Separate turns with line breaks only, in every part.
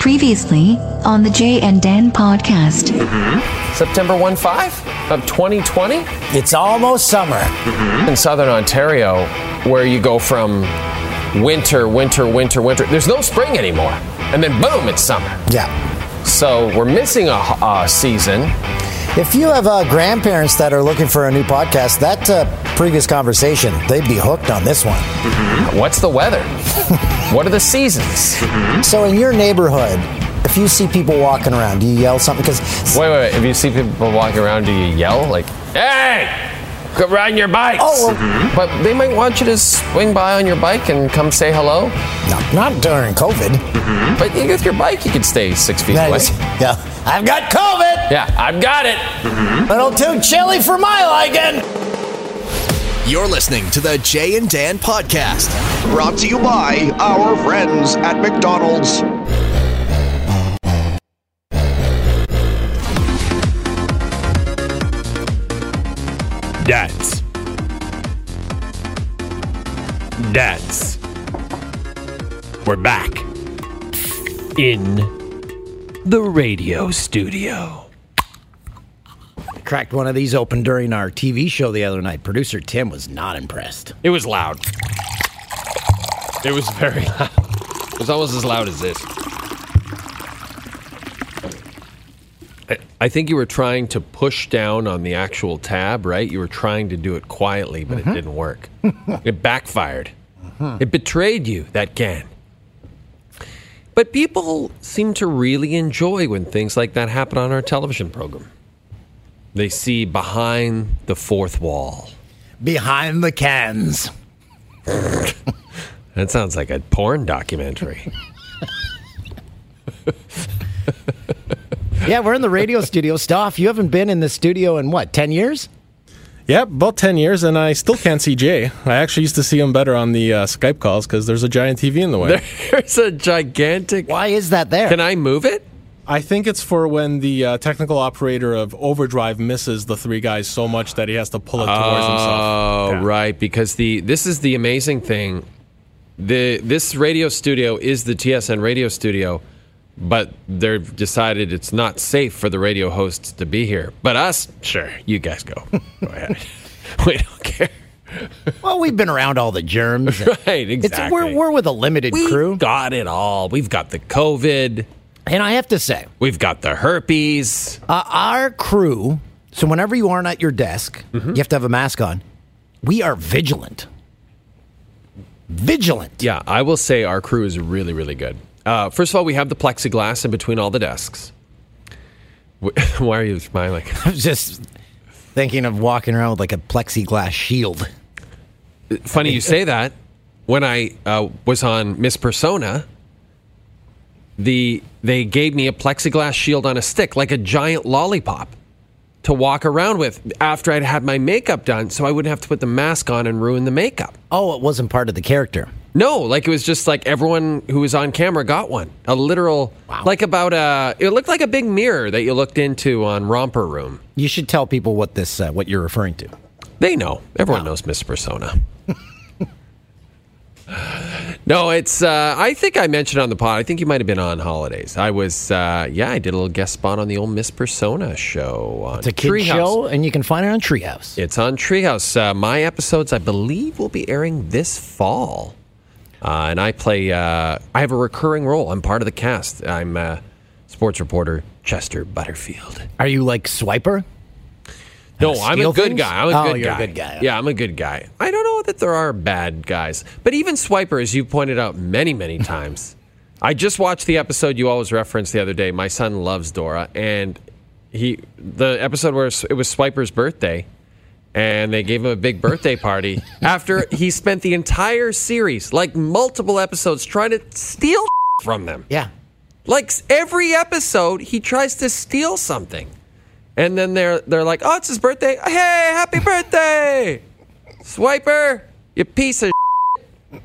Previously on the Jay and Dan podcast.
Mm-hmm. September 1 5 of 2020
It's almost summer.
in southern Ontario, where you go from winter, winter, winter, winter. There's no spring anymore. And then boom, it's summer.
Yeah.
So we're missing a, a season.
If you have uh, grandparents that are looking for a new podcast, that uh, previous conversation, they'd be hooked on this one. Mm-hmm.
What's the weather? what are the seasons?
Mm-hmm. So, in your neighborhood, if you see people walking around, do you yell something? Because
Wait, wait, wait. If you see people walking around, do you yell? Like, hey! Go riding your bikes. Mm-hmm.
Oh, well-
but they might want you to swing by on your bike and come say hello. Mm-hmm.
no, not during COVID.
But you- with your bike, you could stay six feet
That
away.
is- yeah, I've got COVID.
Yeah, I've got it.
Mm-hmm.
Little too chilly for my liking.
You're listening to the Jay and Dan podcast, brought to you by our friends at McDonald's.
Dance. Dance. We're back in the radio studio.
cracked one of these open during our TV show the other night. Producer Tim was not impressed.
It was loud. It was very loud. It was almost as loud as this. I- I think you were trying to push down on the actual tab, right? You were trying to do it quietly, but
Mm-hmm.
it didn't work. it backfired. It betrayed you, that can. But people seem to really enjoy when things like that happen on our television program. They see behind the fourth wall.
Behind the cans.
That sounds like a porn documentary.
Yeah, we're in the radio studio. Stoff, you haven't been in the studio in what, 10 years?
Yep, about 10 years, and I still can't see Jay. I actually used to see him better on the uh, Skype calls because there's a giant TV in the way.
There's a gigantic.
Why is that there?
Can I move it?
I think it's for when the uh, technical operator of Overdrive misses the three guys so much that he has to pull it towards
Oh,
himself. Yeah.
right. Because the this is the amazing thing. The this radio studio is the TSN radio studio, but they've decided it's not safe for the radio hosts to be here. But us, sure, you guys go. go ahead. We don't care.
well, we've been around all the germs.
Right? Exactly.
It's, we're, we're with a limited
We've
crew.
got it all. We've got the COVID.
And I have to say,
We've got the herpes.
uh, our crew, so whenever you aren't at your desk,
Mm-hmm.
you have to have a mask on. We are vigilant. Vigilant.
Yeah, I will say our crew is really, really good. Uh, first of all, we have the plexiglass in between all the desks. Wh- Why are you smiling?
I was just thinking of walking around with like a plexiglass shield.
Funny you say that. When I uh, was on Miss Persona, the they gave me a plexiglass shield on a stick, like a giant lollipop, to walk around with after I'd had my makeup done, so I wouldn't have to put the mask on and ruin the makeup.
Oh, it wasn't part of the character.
No, like it was just like everyone who was on camera got one. A literal, like about a, it looked like a big mirror that you looked into on Romper Room.
You should tell people what this uh, what you're referring to. Ah.
They know. Everyone knows Miss Persona. no, it's, uh, I think I mentioned on the pod, I think you might have been on holidays. I was, uh, yeah, I did a little guest spot on the old Miss Persona show on
It's a kid
Treehouse.
show, and you can find it on Treehouse.
It's on Treehouse. Uh, my episodes, I believe, will be airing this fall. Uh, and I play, uh, I have a recurring role. I'm part of the cast. I'm uh, sports reporter Chester Butterfield.
Are you like Swiper?
No,
Uh,
I'm a
steal
good
things?
guy. I'm a
Oh,
good
you're a
guy.
good guy.
Yeah, I'm a good guy. I don't know that there are bad guys, but even Swiper, as you pointed out many, many times, I just watched the episode you always referenced the other day. My son loves Dora, and he the episode where it was Swiper's birthday, and they gave him a big birthday party after he spent the entire series, like multiple episodes, trying to steal from them.
Yeah.
Like s- every episode, he tries to steal something, and then they're they're like, "Oh, it's his birthday! Hey, happy birthday, Swiper! You piece of shit.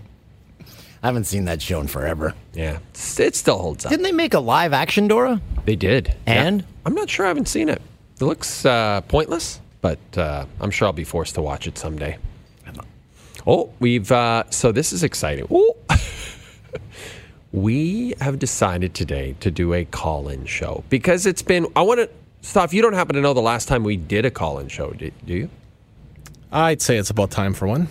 I haven't seen that show in forever.
yeah." s- It still holds up.
Didn't they make a live action Dora?
They did,
And?
Yeah. I'm not sure. I haven't seen it. It looks uh, pointless, but uh, I'm sure I'll be forced to watch it someday. Oh, we've uh, so this is exciting. Ooh. We have decided today to do a call in show because it's been. I want to. Stop. You don't happen to know the last time we did a call in show, do, do you?
I'd say it's about time for one.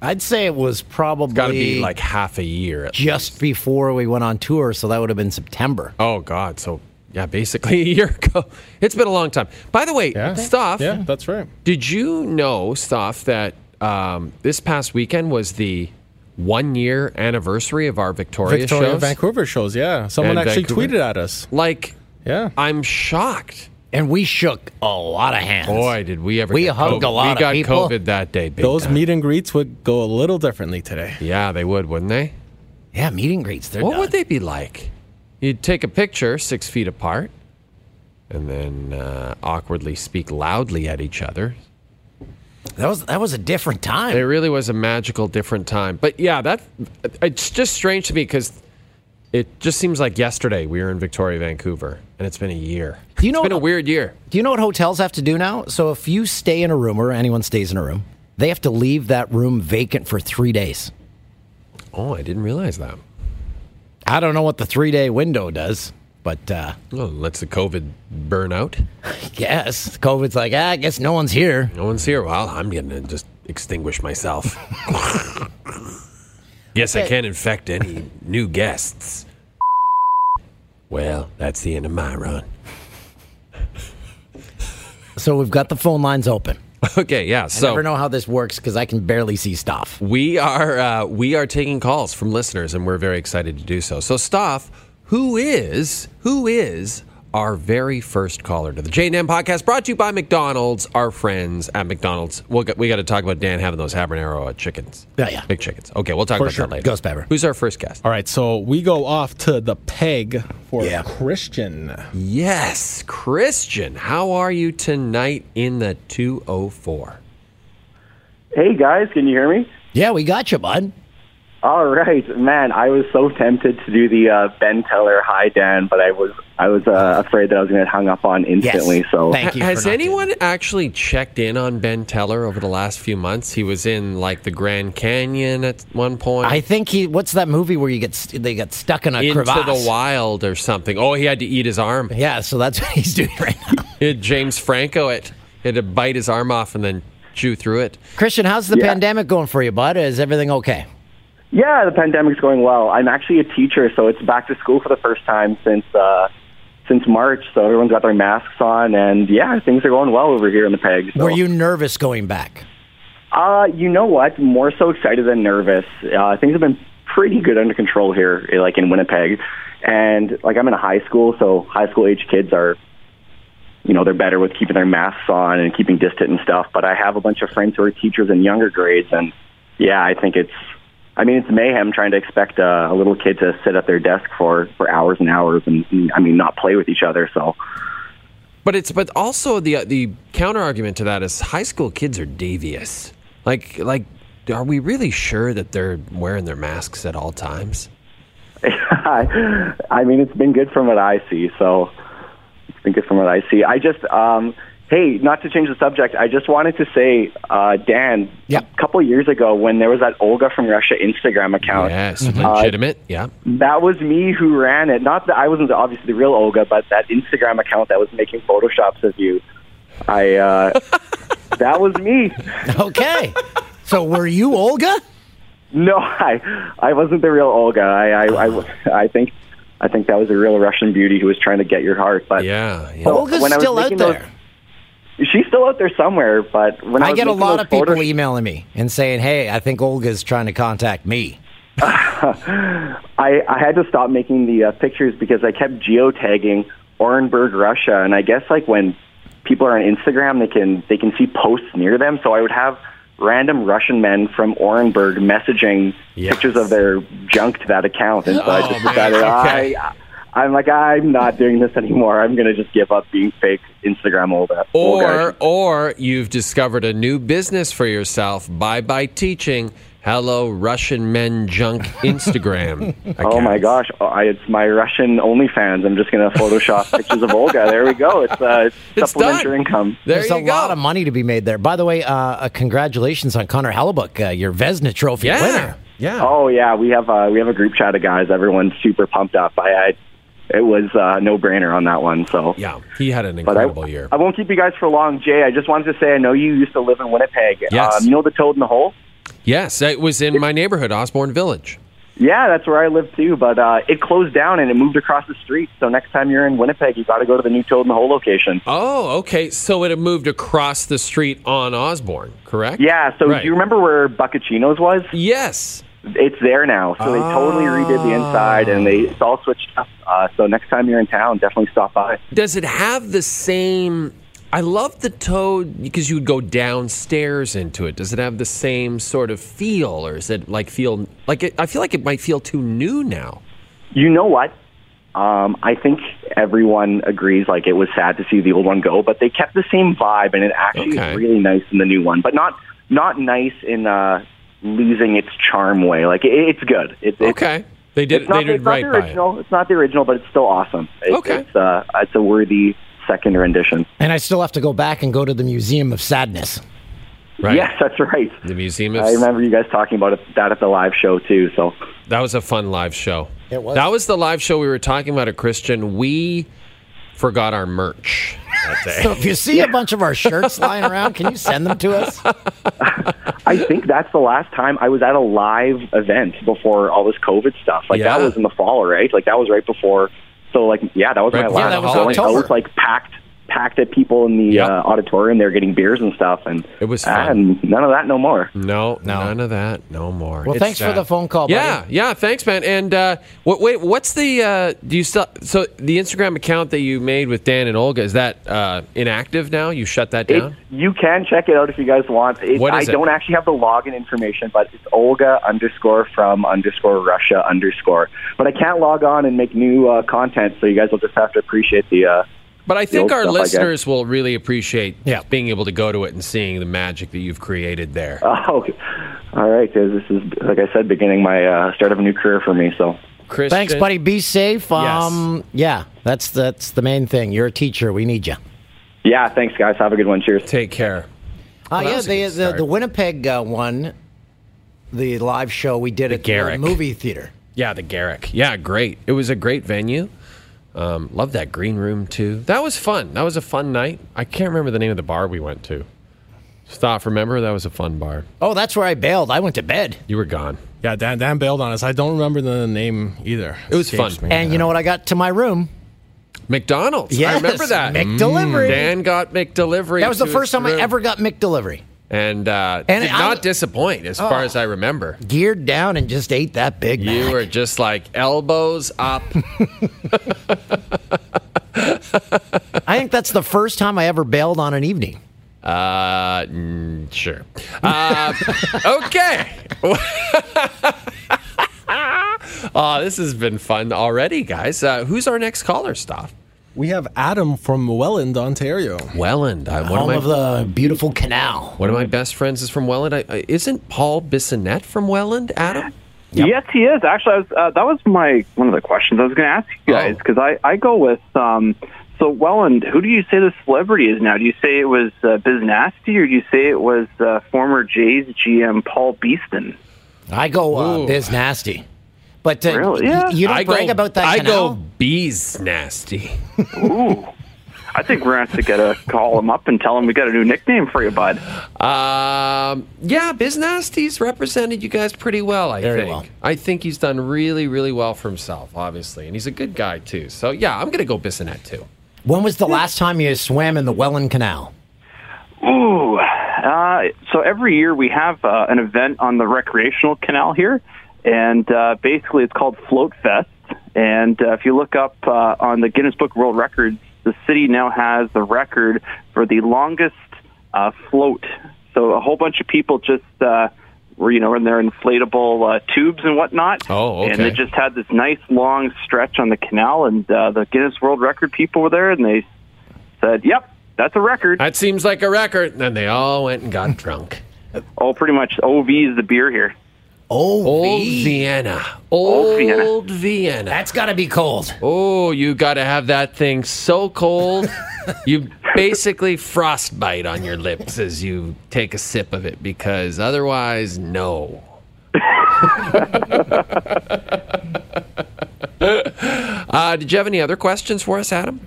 I'd say it was probably
Got to be like half a year. at-
just before we went on tour, so that would have been September.
Oh, God. So, yeah, basically a year ago. It's been a long time. By the way,
Yeah.
Stuff.
Yeah, that's right.
Did you know, Stuff, that um, this past weekend was the one year anniversary of our Victoria,
Victoria
shows?
Vancouver shows. Yeah, someone
And
actually
Vancouver.
tweeted at us.
Like,
Yeah,
I'm shocked.
And we shook a lot of hands.
Boy, did we ever
We
get
hugged
COVID.
a lot
We
of
got
people.
COVID that day. Big
those
time.
meet and greets would go a little differently today.
yeah, they would, wouldn't they?
Yeah, meet and greets. They're
What
done.
would they be like? You'd take a picture six feet apart, and then uh, awkwardly speak loudly at each other.
That was that was a different time.
It really was a magical, different time. But yeah, that it's just strange to me because it just seems like yesterday we were in Victoria, Vancouver, and it's been a year.
Do you know
it's been a
what-
weird year.
Do you know what hotels have to do now? So if you stay in a room or anyone stays in a room, they have to leave that room vacant for three days.
Oh, I didn't realize that.
I don't know what the three day window does, but uh
Well, Oh, lets the COVID burn out.
yes, COVID's like, ah, I guess no one's here.
No one's here. Well, I'm going to just extinguish myself. yes, I can't infect any new guests. Well, that's the end of my run.
So we've got the phone lines open.
Okay, yeah. So
I never know how this works because I can barely see stuff.
We are uh, we are taking calls from listeners, and we're very excited to do so. So, Stoff, who is who is our very first caller to the J and M podcast, brought to you by McDonald's, our friends at McDonald's. We'll get, we got to talk about Dan having those habanero uh, chickens.
Yeah, yeah.
big chickens. Okay, we'll talk about
sure.
that later.
Ghost pepper.
Who's our first guest?
All right, so we go off to the peg for
Yeah.
Christian.
Yes, Christian. How are you tonight in the two o four?
Hey guys, can you hear me?
Yeah, we got you, bud.
All right, man. I was so tempted to do the uh, Ben Teller hi Dan, but I was I was uh, afraid that I was going to get hung up on instantly. So
Thank you.
Has
for not doing
anyone actually checked in on Ben Teller over the last few months? He was in like the Grand Canyon at one point.
I think he. What's that movie where you get st- they get stuck in a
into
crevasse?
the wild or something. Oh, he had to eat his arm.
Yeah, so that's what he's doing right now.
He had James Franco it he had to bite his arm off and then chew through it.
Christian, how's the
Yeah.
pandemic going for you, bud? Is everything okay?
yeah, the pandemic's going well. I'm actually a teacher, so it's back to school for the first time since uh, since March. So everyone's got their masks on, and yeah, things are going well over here in the peg. So.
Were you nervous going back?
Uh, you know what? More so excited than nervous. Uh, things have been pretty good under control here, eh, like in Winnipeg, and like I'm in a high school, so high school age kids are, you know, they're better with keeping their masks on and keeping distant and stuff. But I have a bunch of friends who are teachers in younger grades, and yeah, I think it's. I mean, it's mayhem trying to expect a, a little kid to sit at their desk for, for hours and hours and, I mean, not play with each other. So,
But it's but also the the counter argument to that is high school kids are devious. Like like are we really sure that they're wearing their masks at all times?
I, I mean, it's been good from what I see. So it's been good from what I see. I just, um, hey, not to change the subject, I just wanted to say, uh, Dan,
Yeah.
a couple years ago when there was that Olga from Russia Instagram account, uh,
Yes, legitimate. Yeah.
that was me who ran it. Not that I wasn't obviously the real Olga, but that Instagram account that was making photoshops of you. I, uh, that was me.
Okay. so were you Olga?
No, I I wasn't the real Olga. I I, I, I think I think that was a real Russian beauty who was trying to get your heart. But
Yeah. yeah.
So
Olga's
when I was
still out
making
there.
those- she's still out there somewhere. But when I,
I
was
get a
making
lot
those
of people
photos-
emailing me and saying, "Hey, I think Olga's trying to contact me."
I I had to stop making the uh, pictures because I kept geotagging Orenburg, Russia, and I guess like when people are on Instagram, they can they can see posts near them. So I would have random Russian men from Orenburg messaging
Yes.
pictures of their junk to that account, and so I
Oh,
just
man,
decided
okay.
I. I'm like I'm not doing this anymore. I'm gonna just give up being fake Instagram all that.
Or or you've discovered a new business for yourself. Bye bye teaching. Hello Russian men junk Instagram.
Oh my gosh,
accounts.
oh, I, it's my Russian OnlyFans. I'm just going to Photoshop pictures of Olga. There we go. It's, uh,
It's
supplementary
done.
income.
There
There's
you
a
go.
lot of money to be made there. By the way, uh, uh, congratulations on Connor Hellebuck, uh, your Vesna Trophy
yeah.
winner.
Yeah.
Oh yeah, we have uh, we have a group chat of guys. Everyone's super pumped up. I, I it was uh, no brainer on that one. So
Yeah, he had an
But I,
incredible year.
I won't keep you guys for long, Jay. I just wanted to say I know you used to live in Winnipeg.
Yes.
Um, you know the Toad in the Hole?
yes, it was in my neighborhood, Osborne Village.
Yeah, that's where I live too. But uh, it closed down and it moved across the street. So next time you're in Winnipeg, you got to go to the new Toad in the Hole location.
Oh, okay. So it had moved across the street on Osborne, correct?
Yeah. So
Right.
do you remember where Buccachinos was?
Yes. Ah.
It's there now. So they totally redid the inside and they it's all switched up. Uh, so next time you're in town, definitely stop by.
Does it have the same? I love the toad because you would go downstairs into it. Does it have the same sort of feel, or is it like feel like it, I feel like it might feel too new now?
You know what? Um, I think everyone agrees. Like it was sad to see the old one go, but they kept the same vibe, and it actually
Okay.
is really nice in the new one. But not not nice in uh, losing its charm way. Like it, it's good. It, it's-
Okay, they did.
It's not,
They did
it's not
right
the
by it.
original. It's not the original, but it's still awesome. It's,
Okay.
it's, uh, it's a worthy second rendition.
And I still have to go back and go to the Museum of Sadness.
Right.
Yes, that's right.
The museum
I
is.
remember you guys talking about it, that at the live show too. So
That was a fun live show.
It was.
That was the live show we were talking about at Christian. We forgot our merch.
So if you see a bunch of our shirts lying around, can you send them to us?
I think that's the last time I was at a live event before all this COVID stuff. Like
Yeah.
that was in the fall, right? Like that was right before. So like yeah, that was
Right
my
before
last.
Yeah, that was
Halloween. I
October.
was like packed, packed at people in the
Yep.
uh, auditorium. They were getting beers and stuff, and
It was
ah,
fun.
and none of that no more.
No, none of that. No more.
Well,
It's
thanks for
sad.
the phone call, buddy.
Yeah, yeah. Thanks, man. And uh, what, wait, what's the? Uh, do you still? So the Instagram account that you made with Dan and Olga is that uh, inactive now? You shut that
It's,
down?
you can check it out if you guys want. It,
What is
I
it?
don't actually have the login information, but it's Olga underscore from underscore Russia underscore. But I can't log on and make new uh, content, so you guys will just have to appreciate the. Uh,
But I think
old
our
stuff, I guess.
listeners will really appreciate
Yeah.
being able to go to it and seeing the magic that you've created there.
Oh, okay. all right. 'cause This is, like I said, beginning my uh, start of a new career for me. So,
Christian,
Thanks, buddy. Be safe. Um, Yeah, that's that's the main thing. You're a teacher. We need you.
yeah, thanks, guys. Have a good one. Cheers.
Take care.
Uh,
that
yeah,
was a good
the, the
start.
the Winnipeg uh, one, the live show we did at
Garrick.
the movie theater.
Yeah, the Garrick. Yeah, great. It was a great venue. Um, Love that green room too. That was fun. That was a fun night. I can't remember the name of the bar we went to. Stop. Remember that was a fun bar.
Oh, that's where I bailed. I went to bed.
You were gone.
Yeah, Dan, Dan bailed on us. I don't remember the name either.
It was fun.
Escapes me.
And you know what? I got to my room.
McDonald's. I
Yes,
remember that. Mm.
McDelivery.
Dan got McDelivery.
That was the
to
first
his
time I
room.
ever got McDelivery.
and uh,
And
did
I- Oh.
not disappoint as far as I remember.
Geared down and just ate that big.
You
Mac.
were just like elbows up.
I think that's the first time I ever bailed on an evening.
Uh, mm, sure. Uh, okay. oh, this has been fun already, guys. Uh, who's our next caller, Stop?
we have Adam from Welland, Ontario.
Welland. I, one, of
Home
my,
of the beautiful canal.
one of my best friends is from Welland. I, I, isn't Paul Bissonette from Welland, Adam?
Yes, he is. Actually, I was, uh, that was my one of the questions I was going to ask you guys
Oh.
because I, I go with um, so Welland. Who do you say the celebrity is now? Do you say it was uh, Biz Nasty or do you say it was uh, former Jays GM Paul Beeston?
I go uh,
Ooh.
biz nasty, but uh,
Really?
y-
Yeah.
you don't
I
brag
go,
about that.
I
canal?
go bees nasty.
Ooh, I think we're going to have to get a call him up and tell him we got a new nickname for you, bud.
Um, yeah, Biz Nasty's represented you guys pretty well, I
Very
think.
well.
I think he's done really, really well for himself, obviously. And he's a good guy, too. So, yeah, I'm going to go Bissonette, too.
When was the last time you swam in the Welland Canal?
Ooh. Uh, so every year we have uh, an event on the recreational canal here, and uh, basically it's called Float Fest. And uh, if you look up uh, on the Guinness Book of World Records, the city now has the record for the longest uh, float. So a whole bunch of people just uh, were, you know, in their inflatable uh, tubes and whatnot.
Oh,
And they
okay.
just just had this nice long stretch on the canal, and uh, the Guinness World Record people were there, and they said, "Yep, that's a record."
That seems like a record. And then they all went and got drunk.
oh, pretty much. OV is the beer here.
Oh,
Old
wee.
Vienna.
Old Vienna.
Old Vienna.
that's got to be cold.
Oh, you got to have that thing so cold. you basically frostbite on your lips as you take a sip of it because otherwise, no. Uh, did you have any other questions for us, Adam?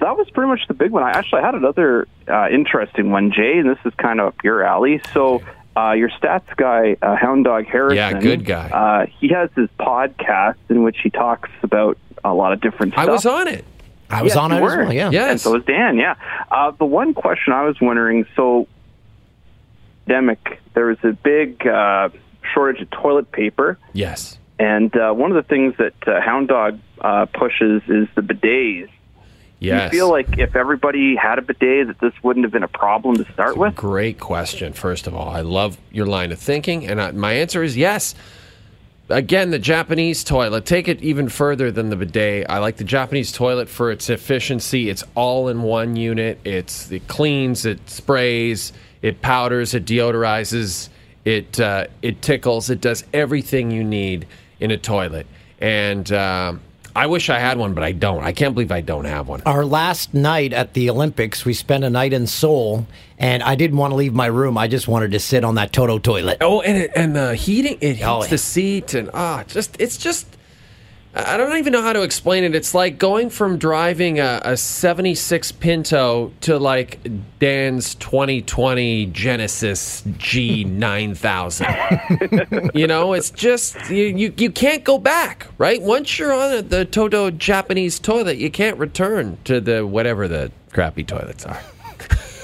That was pretty much the big one. I actually had another uh, interesting one, Jay, and this is kind of up your alley. So, uh, your stats guy, uh, Hound Dog Harrison.
Yeah, good guy.
Uh, he has his podcast in which he talks about a lot of different
I
stuff.
was on it.
I was
Yes,
on it
you
as
were.
well. Yeah.
And
Yes.
so was Dan, yeah. Uh, the one question I was wondering so, pandemic, there was a big uh, shortage of toilet paper.
yes.
And uh, one of the things that uh, Hound Dog uh, pushes is the bidets.
Yes.
Do you feel like if everybody had a bidet, that this wouldn't have been a problem to start with?
Great question. First of all, I love your line of thinking, and I, my answer is yes. Again, the Japanese toilet. Take it even further than the bidet. I like the Japanese toilet for its efficiency. It's all in one unit. It's it cleans, it sprays, it powders, it deodorizes, it uh, it tickles. It does everything you need in a toilet. And um I wish I had one, but I don't. I can't believe I don't have one.
Our last night at the Olympics, we spent a night in Seoul, and I didn't want to leave my room. I just wanted to sit on that Toto toilet.
Oh, and it, and the heating it heats
Oh, yeah.
the seat and ah, just it's just I I don't even know how to explain it. It's like going from driving a, a '76 Pinto to like Dan's 2020 Genesis G9000. you know, it's just you, you you can't go back, right? Once you're on the Toto Japanese toilet, you can't return to the whatever the crappy toilets are.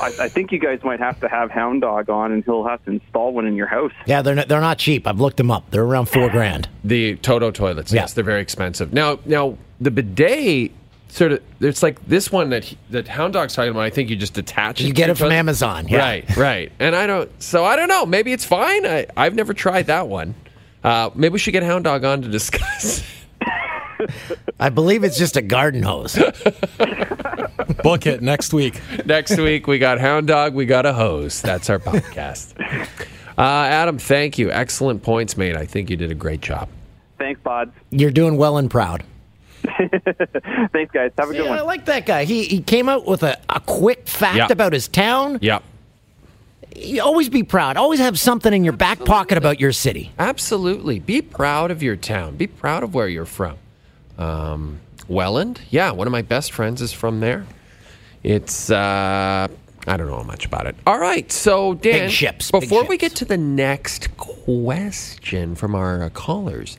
I, I think you guys might have to have Hound Dog on, and he'll have to install one in your house.
Yeah, they're not, they're not cheap. I've looked them up. They're around four grand.
The Toto toilets,
Yeah.
yes, they're very expensive. Now, now the bidet sort of it's like this one that he, that Hound Dog's talking about. I think you just detach it.
You get
to
it from
your toilet.
Amazon. Yeah.
right? Right. And I don't. So I don't know. Maybe it's fine. I I've never tried that one. Uh, maybe we should get Hound Dog on to discuss.
I believe it's just a garden hose.
Book it next week.
Next week we got Hound Dog, we got a hose. That's our podcast. Uh, Adam, thank you. Excellent points made. I think you did a great job.
Thanks, Pods.
You're doing well and proud.
Thanks, guys. Have a good
Yeah,
one.
I like that guy. He he came out with a, a quick fact
Yeah.
about his town.
Yep.
You always be proud. Always have something in your back pocket about your city.
Absolutely. Be proud of your town. Be proud of where you're from. Um, Welland, yeah, one of my best friends is from there. It's, uh, I don't know much about it. All right, so Dan,
Big ships, big
before we
ships.
get to the next question from our uh, callers,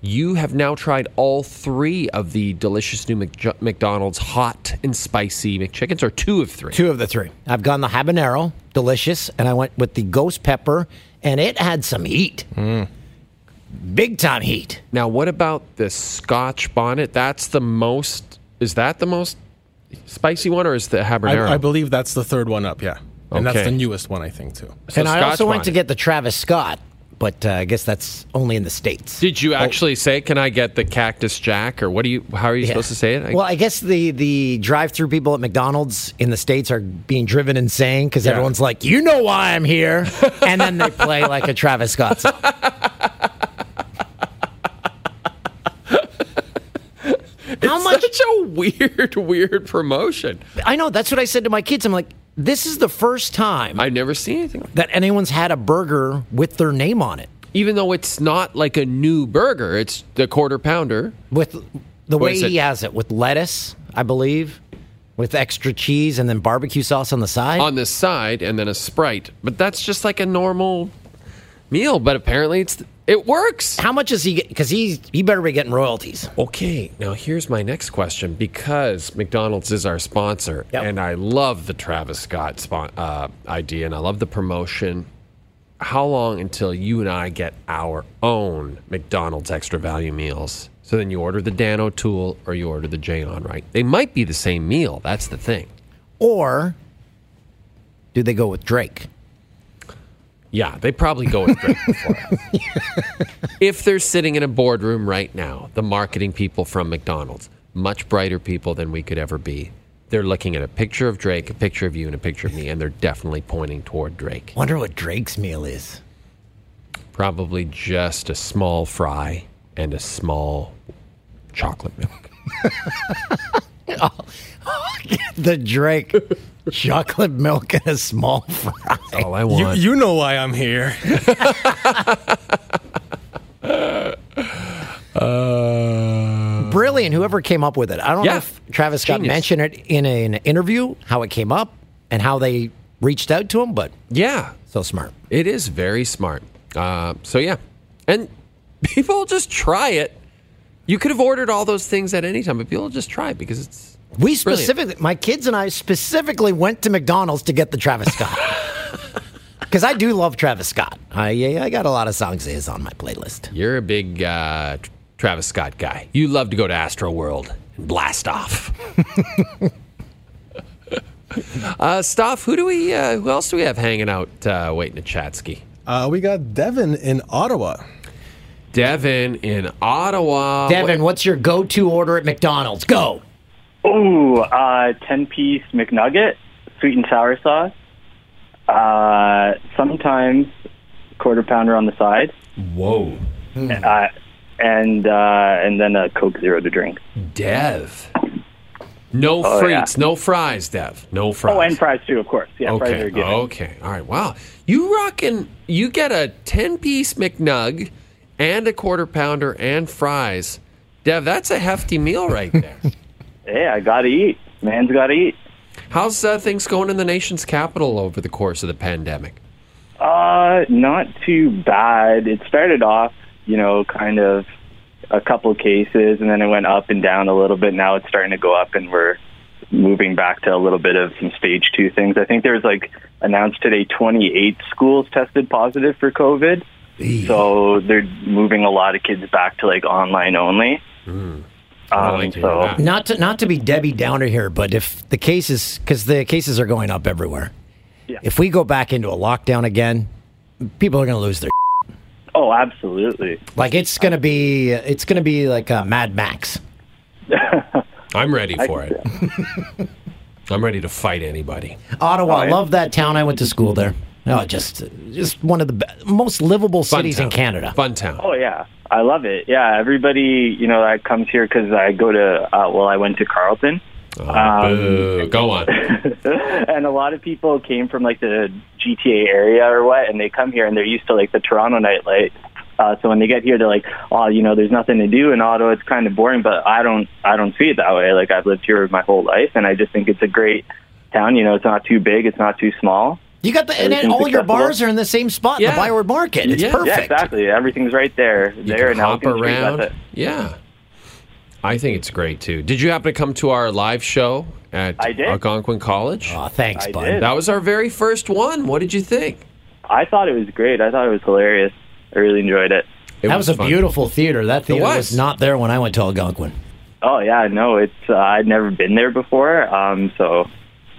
you have now tried all three of the delicious new McJ- McDonald's hot and spicy McChickens, or two of three.
Two of the three. I've gone the habanero, delicious, and I went with the ghost pepper, and it had some heat.
Mm.
Big time heat.
Now, what about the Scotch bonnet? That's the most. Is that the most spicy one, or is the habanero?
I, I believe that's the third one up. Yeah, and that's
Okay.
the newest one, I think, too.
So
and I
Scotch
also went to
bonnet.
get the Travis Scott, but uh, I guess that's only in the states.
Did you actually say, "Can I get the Cactus Jack"? Or what do you? How are you supposed to say it? I-
well, I guess the the drive-through people at McDonald's in the states are being driven insane because everyone's like, "You know why I'm here," and then they play like a Travis Scott song. How much?
Such a weird, weird promotion.
I know. That's what I said to my kids. I'm like, "This is the first time
I've never seen anything. like
that anyone's had a burger with their name on it."
Even though it's not like a new burger, it's the quarter pounder.
with the
What
way
is
he
it?
has it with lettuce, I believe, with extra cheese and then barbecue sauce on the side.
on the side and then a sprite. But that's just like a normal meal. But apparently, it's it works.
How much is he get? Because he's he better be getting royalties.
Okay, now here's my next question because McDonald's is our sponsor,
Yep.
and I love the Travis Scott spon- uh, idea, and I love the promotion. How long until you and I get our own McDonald's extra value meals? So then you order the Dan O'Toole or you order the Jay Onright. They might be the same meal. That's the thing.
Or do they go with Drake?
Yeah, they probably go with Drake before us. if they're sitting in a boardroom right now, the marketing people from McDonald's, much brighter people than we could ever be, they're looking at a picture of Drake, a picture of you, and a picture of me, and they're definitely pointing toward Drake.
Wonder what Drake's meal is.
Probably just a small fry and a small chocolate milk.
The Drake chocolate milk and a small fry.
All I
You,
want.
you Uh, know why I'm here.
brilliant. Whoever came up with it. I don't
Yeah.
know if Travis Scott
Genius.
mentioned it in an interview, how it came up, and how they reached out to him, but
Yeah,
so smart.
it is very smart. Uh, so yeah, and people just try it. You could have ordered all those things at any time, but people just try it because it's
We
Brilliant.
specifically, my kids and I specifically went to McDonald's to get the Travis Scott. Because I do love Travis Scott. I, yeah, I got a lot of songs of his on my playlist.
you're a big uh, Tr- Travis Scott guy. You love to go to Astro World and blast off. uh, Stoff, who do we? Uh, who else do we have hanging out uh, waiting to Chatsky?
Uh, we got Devin in Ottawa.
Devin in Ottawa.
Devin, what's your go to order at McDonald's? Go.
Ooh, uh, 10 piece McNugget, sweet and sour sauce. Uh, sometimes quarter pounder on the side.
Whoa,
Uh, and uh, and then a Coke Zero to drink.
Dev. No
Oh, yeah.
frites, no fries, Dev. No fries.
Oh, and fries too, of course. Yeah, fries are
Okay.
good.
Okay. All right. Wow. You rockin' you get a 10-piece McNug and a quarter pounder and fries. Dev, that's a hefty meal right there.
Hey, I gotta eat. Man's gotta eat.
How's uh, things going in the nation's capital over the course of the pandemic?
Uh, not too bad. It started off, you know, kind of a couple cases, and then it went up and down a little bit. Now it's starting to go up, and we're moving back to a little bit of some stage two things. I think there was like announced today, 28 schools tested positive for COVID. So they're moving a lot of kids back to like online only.
Hmm. I like
Um,
to hear
so
that.
Not to, not to be Debbie Downer here, but if the cases, because the cases are going up everywhere. If we go back into a lockdown again, people are going to lose their.
oh, absolutely.
Like it's going to be, it's going to be like uh, Mad Max.
I'm ready for it. I'm ready to fight anybody.
Ottawa,
Oh, yeah.
love that town. I went to school there. Oh, just just one of the be- most livable
Fun
cities in
town.
Canada.
Fun town.
Oh yeah, I love it. Yeah, everybody you know that comes here because I go to uh, well, I went to Carleton,
Oh,
um,
boo. Go on.
and a lot of people came from like the GTA area or what, and they come here and they're used to like the Toronto nightlight. Uh, so when they get here, they're like, "Oh, you know, there's nothing to do in Ottawa. It's kind of boring." But I don't, I don't see it that way. Like I've lived here my whole life, and I just think it's a great town. You know, it's not too big, it's not too small.
You got the and then
Everything's
all your
accessible.
bars are in the same spot in
Yeah.
the Byward Market. It's
Yeah.
perfect.
Yeah, exactly. Everything's right there.
You
there
can
in
hop
Elgin Street, that's
around.
it.
Yeah. I think it's great too. Did you happen to come to our live show at
I did.
Algonquin College?
Aw, thanks,
I
bud.
did.
That was our very first one. What did you think?
I thought it was great. I thought it was hilarious. I really enjoyed it.
It
That was, a
fun.
beautiful theater. That theater was.
was.
not there when I went to Algonquin.
Oh yeah, no, it's uh, I'd never been there before, um, so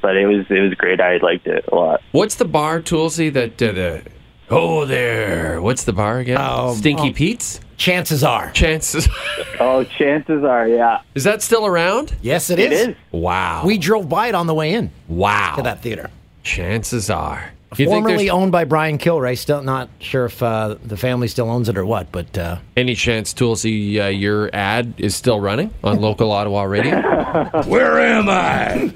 but it was it was great. I liked it a lot.
What's the bar, Toolsy? That uh, the oh there. What's the bar again?
Um,
Stinky
um,
Pete's.
Chances are,
Chances
Oh, chances are, yeah,
is that still around?
yes,
it is.
Wow.
We drove by it on the way in
wow.
to that theater.
Chances are. Do you think
Formerly
there's
owned by Brian Kilray. Still not sure if uh, the family still owns it or what, but uh,
any chance, Toolsy, uh, your ad is still running on local Ottawa radio?
Where am I?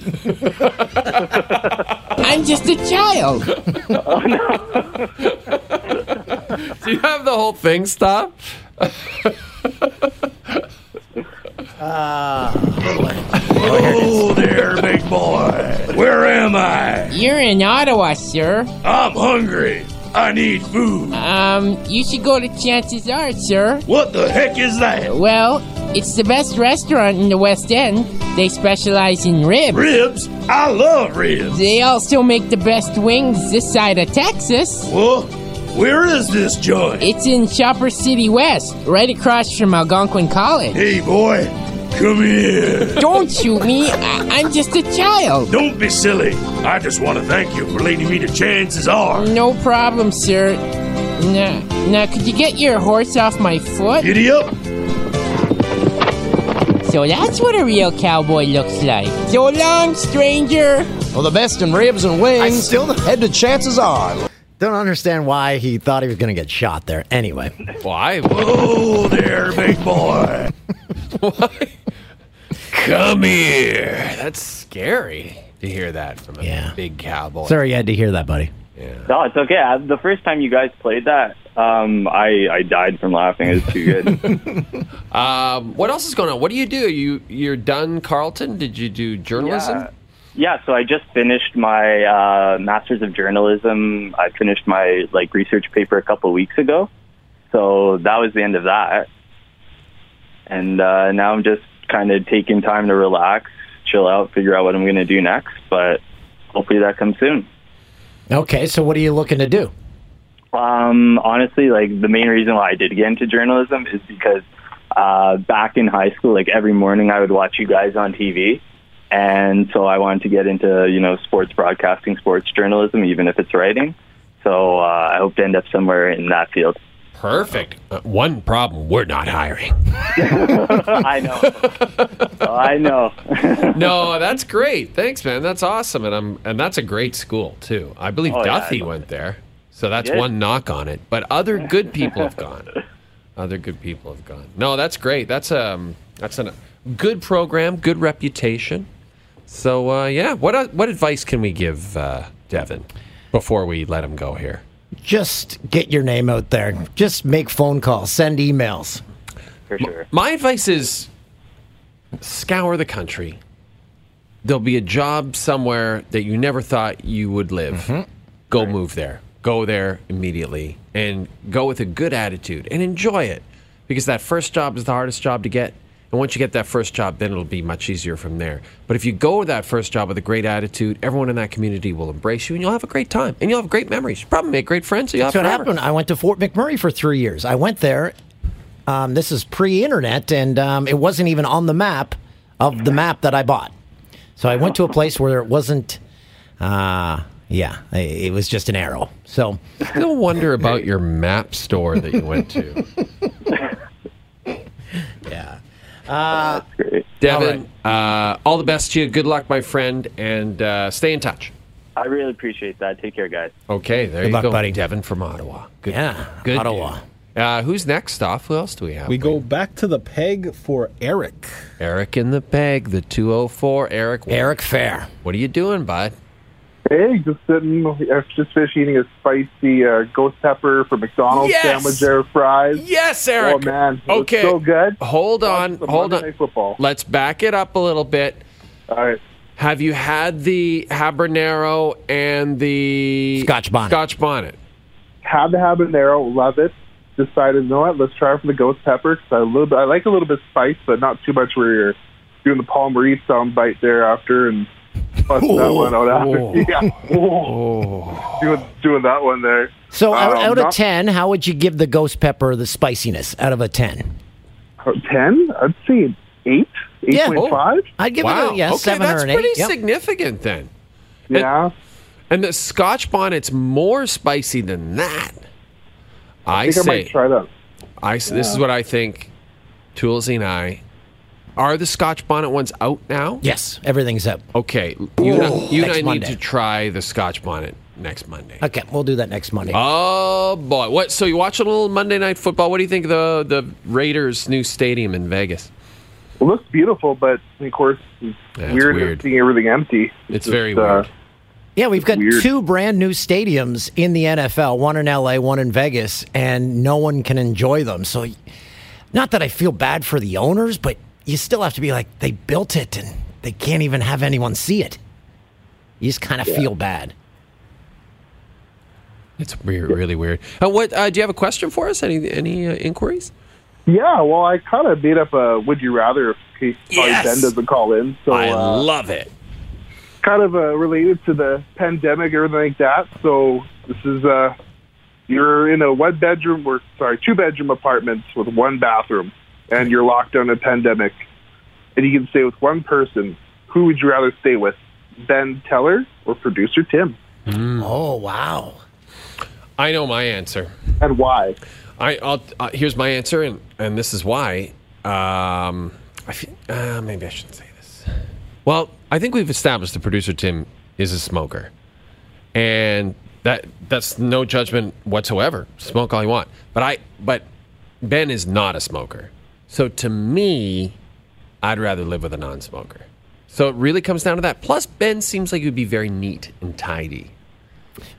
I'm just a child.
Do you have the whole thing stop?
Oh, there, big boy. Where am I?
You're in Ottawa, sir.
I'm hungry. I need food.
Um, you should go to Chances Are, sir.
What the heck is that?
Well, it's the best restaurant in the West End. They specialize in ribs.
Ribs? I love ribs.
They also make the best wings this side of Texas.
Well, where is this joint?
It's in Shopper City West, right across from Algonquin College.
Hey, boy, come here.
Don't shoot me. I- I'm just a child.
Don't be silly. I just want to thank you for leading me to chances are.
No problem, sir. Now, now, could you get your horse off my foot?
Giddy up.
So that's what a real cowboy looks like. So long, stranger.
For the best in ribs and wings,
still
head to Chances Are.
don't understand why he thought he was going to get shot there. Anyway,
Why?
Oh, there, big boy.
Come here. That's scary to hear that from a
Yeah.
big cowboy.
sorry you had to hear that, buddy.
No, it's okay. I, the first time you guys played that, Um, I, I died from laughing. It's too good.
Um, what else is going on? What do you do? You you're done, Carlton? Did you do journalism?
Yeah. Yeah, so I just finished my uh, master's of journalism. I finished my like research paper a couple weeks ago, so that was the end of that. And uh, now I'm just kind of taking time to relax, chill out, figure out what I'm going to do next. But hopefully that comes soon.
Okay, so what are you looking to do?
Um, honestly, like the main reason why I did get into journalism is because uh, back in high school, like every morning I would watch you guys on TV. And so I wanted to get into, you know, sports broadcasting, sports journalism, even if it's writing. So uh, I hope to end up somewhere in that field.
Perfect. Uh, one problem: we're not hiring.
I know. I know.
no, that's great. Thanks, man. That's awesome, and I'm and that's a great school too. I believe
Oh, yeah, I
Duthie
love
went there, so that's
Did?
one knock on it. But other good people have gone. Other good people have gone. No, that's great. That's um, that's a good program, good reputation. So uh, yeah, what what advice can we give uh, Devin before we let him go here?
Just get your name out there. Just make phone calls, send emails.
For sure.
My advice is scour the country. There'll be a job somewhere that you never thought you would live.
Mm-hmm.
Go move there. Go there immediately and go with a good attitude and enjoy it because that first job is the hardest job to get. And once you get that first job, then it'll be much easier from there. But if you go to that first job with a great attitude, everyone in that community will embrace you and you'll have a great time and you'll have great memories. You'll Probably make great friends. that You'll
That's what
have forever.
happened. I went to Fort McMurray for three years. I went there. Um, this is pre-internet, and um, it wasn't even on the map of the map that I bought. So I went to a place where it wasn't. Uh, yeah, i- it was just an arrow. So
no wonder about your map store that you went to.
Uh,
Devin, uh, all the best to you. Good luck, my friend, and uh, stay in touch.
I really appreciate that. Take care, guys.
Okay, there
Good
you
luck,
go,
buddy.
Devin from Ottawa. Good,
Yeah,
good
Ottawa.
dude. Uh, who's next off? Who else do we have?
We go back to the peg for Eric.
Eric in the peg, the 204. Eric.
Eric Fair.
What are you doing, bud?
Hey, just sitting, I was just fish eating a spicy uh, ghost pepper for McDonald's
Yes!
sandwich there, fries.
Yes, Eric.
Oh man, it was
Okay.
so good.
Hold on.
some
Hold
Monday
on.
Night Football.
Let's back it up a little bit.
All right.
Have you had the habanero and the
Scotch bonnet?
Scotch bonnet.
Had the habanero, love it. Decided, you know what? Let's try for the ghost pepper 'cause I a little bit. I like a little bit spice, but not too much. Where you're doing the Paul Marie sound bite thereafter and bust that one out after. Yeah, doing doing that one there.
So out,
Um,
out
not-
of ten, how would you give the ghost pepper the spiciness out of a ten?
Oh, Ten? I'd say eight, eight point five.
I'd Oh, give
wow.
it a yes,
okay,
seven
that's
or an eight.
pretty
Yep.
significant then.
Yeah.
And, and the Scotch bonnet's more spicy than that. I,
think I
say,
might try that.
I s- this is what I think. Toolsy and I are the Scotch bonnet ones out now.
Yes, everything's up.
Okay, you and I, you
Next
and I need
Monday.
to try the Scotch bonnet next Monday.
Okay, we'll do that next Monday.
Oh boy! What? So you watch a little Monday Night Football? What do you think of the the Raiders' new stadium in Vegas?
It looks beautiful, but of course, it's
it's
weird,
weird.
seeing everything empty. uh,
It's very weird.
Yeah, we've got
Weird.
two brand new stadiums in the NFL, one in LA, one in Vegas, and no one can enjoy them. So, not that I feel bad for the owners, but you still have to be like, they built it and they can't even have anyone see it. You just kind of feel bad.
It's weird, really weird. Uh, what? Uh, do you have a question for us? Any any uh, inquiries?
Yeah, well, I kind of made up a would you rather in case yes. Ben doesn't call in. So
I
uh,
love it.
kind of uh, related to the pandemic, everything like that. So this is uh, you're in a one bedroom or sorry, two bedroom apartments with one bathroom, and you're locked down in a pandemic, and you can stay with one person. Who would you rather stay with, Ben Teller or producer Tim?
Mm.
Oh wow!
I know my answer.
And why?
I, I'll, uh, here's my answer, and, and this is why. Um, I fe uh, maybe I shouldn't say this. Well, I think we've established the producer Tim is a smoker, and that that's no judgment whatsoever. Smoke all you want, but I but Ben is not a smoker, so to me, I'd rather live with a non-smoker. So it really comes down to that. Plus, Ben seems like he would be very neat and tidy.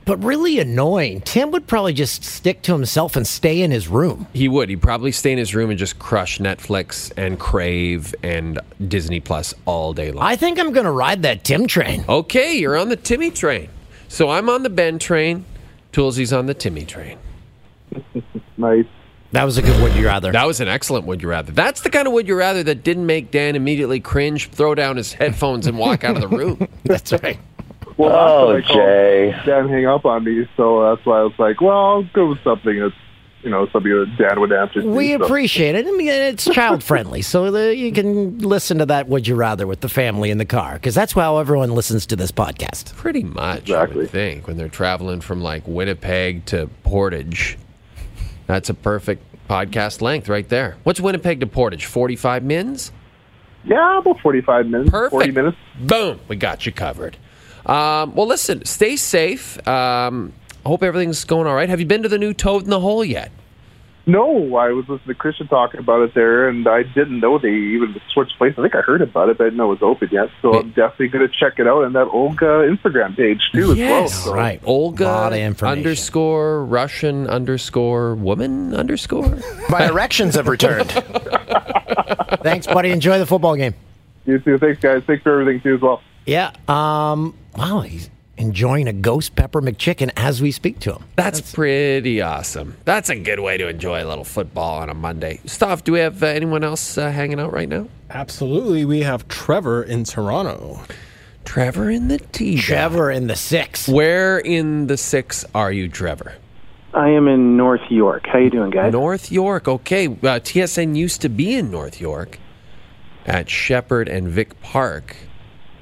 But really annoying. Tim would probably just stick to himself and stay in his room.
He would. He'd probably stay in his room and just crush Netflix and Crave and Disney Plus all day long.
I think I'm going to ride that Tim train.
Okay, you're on the Timmy train. So I'm on the Ben train. Toolsy's on the Timmy train.
nice.
That was a good would you rather.
That was an excellent would you rather. That's the kind of would you rather that didn't make Dan immediately cringe, throw down his headphones, and walk out of the room.
That's right.
Well,
Oh,
that's what I called Dan hang up on me, so that's why I was like, well, I'll go with something that's, you know, something that Dan would answer. to,
We
so.
appreciate it. I mean, it's child friendly, so the, you can listen to that would you rather with the family in the car because that's how everyone listens to this podcast.
Pretty much, I would think, when they're traveling from like Winnipeg to Portage. That's a perfect podcast length right there. What's Winnipeg to Portage? 45 mins?
Yeah, about 45 minutes.
Perfect. 40 minutes. Boom. We got you covered. Um, well, listen, stay safe. Um, I hope everything's going all right. Have you been to the new Toad in the Hole yet?
No, I was listening to Christian talking about it there, and I didn't know they even switched places. I think I heard about it, but I didn't know it was open yet. So I'm definitely going to check it out on that Olga Instagram page too, as well. So.
Olga underscore Russian underscore woman underscore.
My erections have returned.
Thanks, buddy. Enjoy the football game.
You too. Thanks, guys. Thanks for everything too, as well.
Yeah. Um. Wow. He's enjoying a ghost pepper McChicken as we speak to him.
That's, pretty awesome. That's a good way to enjoy a little football on a Monday. Stuff, do we have uh, anyone else uh, hanging out right now?
Absolutely. We have Trevor in Toronto.
Trevor in the T.
Trevor in the six.
Where in the six are you, Trevor?
I am in North York. How you doing, guys?
North York. Okay. Uh, TSN used to be in North York at Shepherd and Vic Park.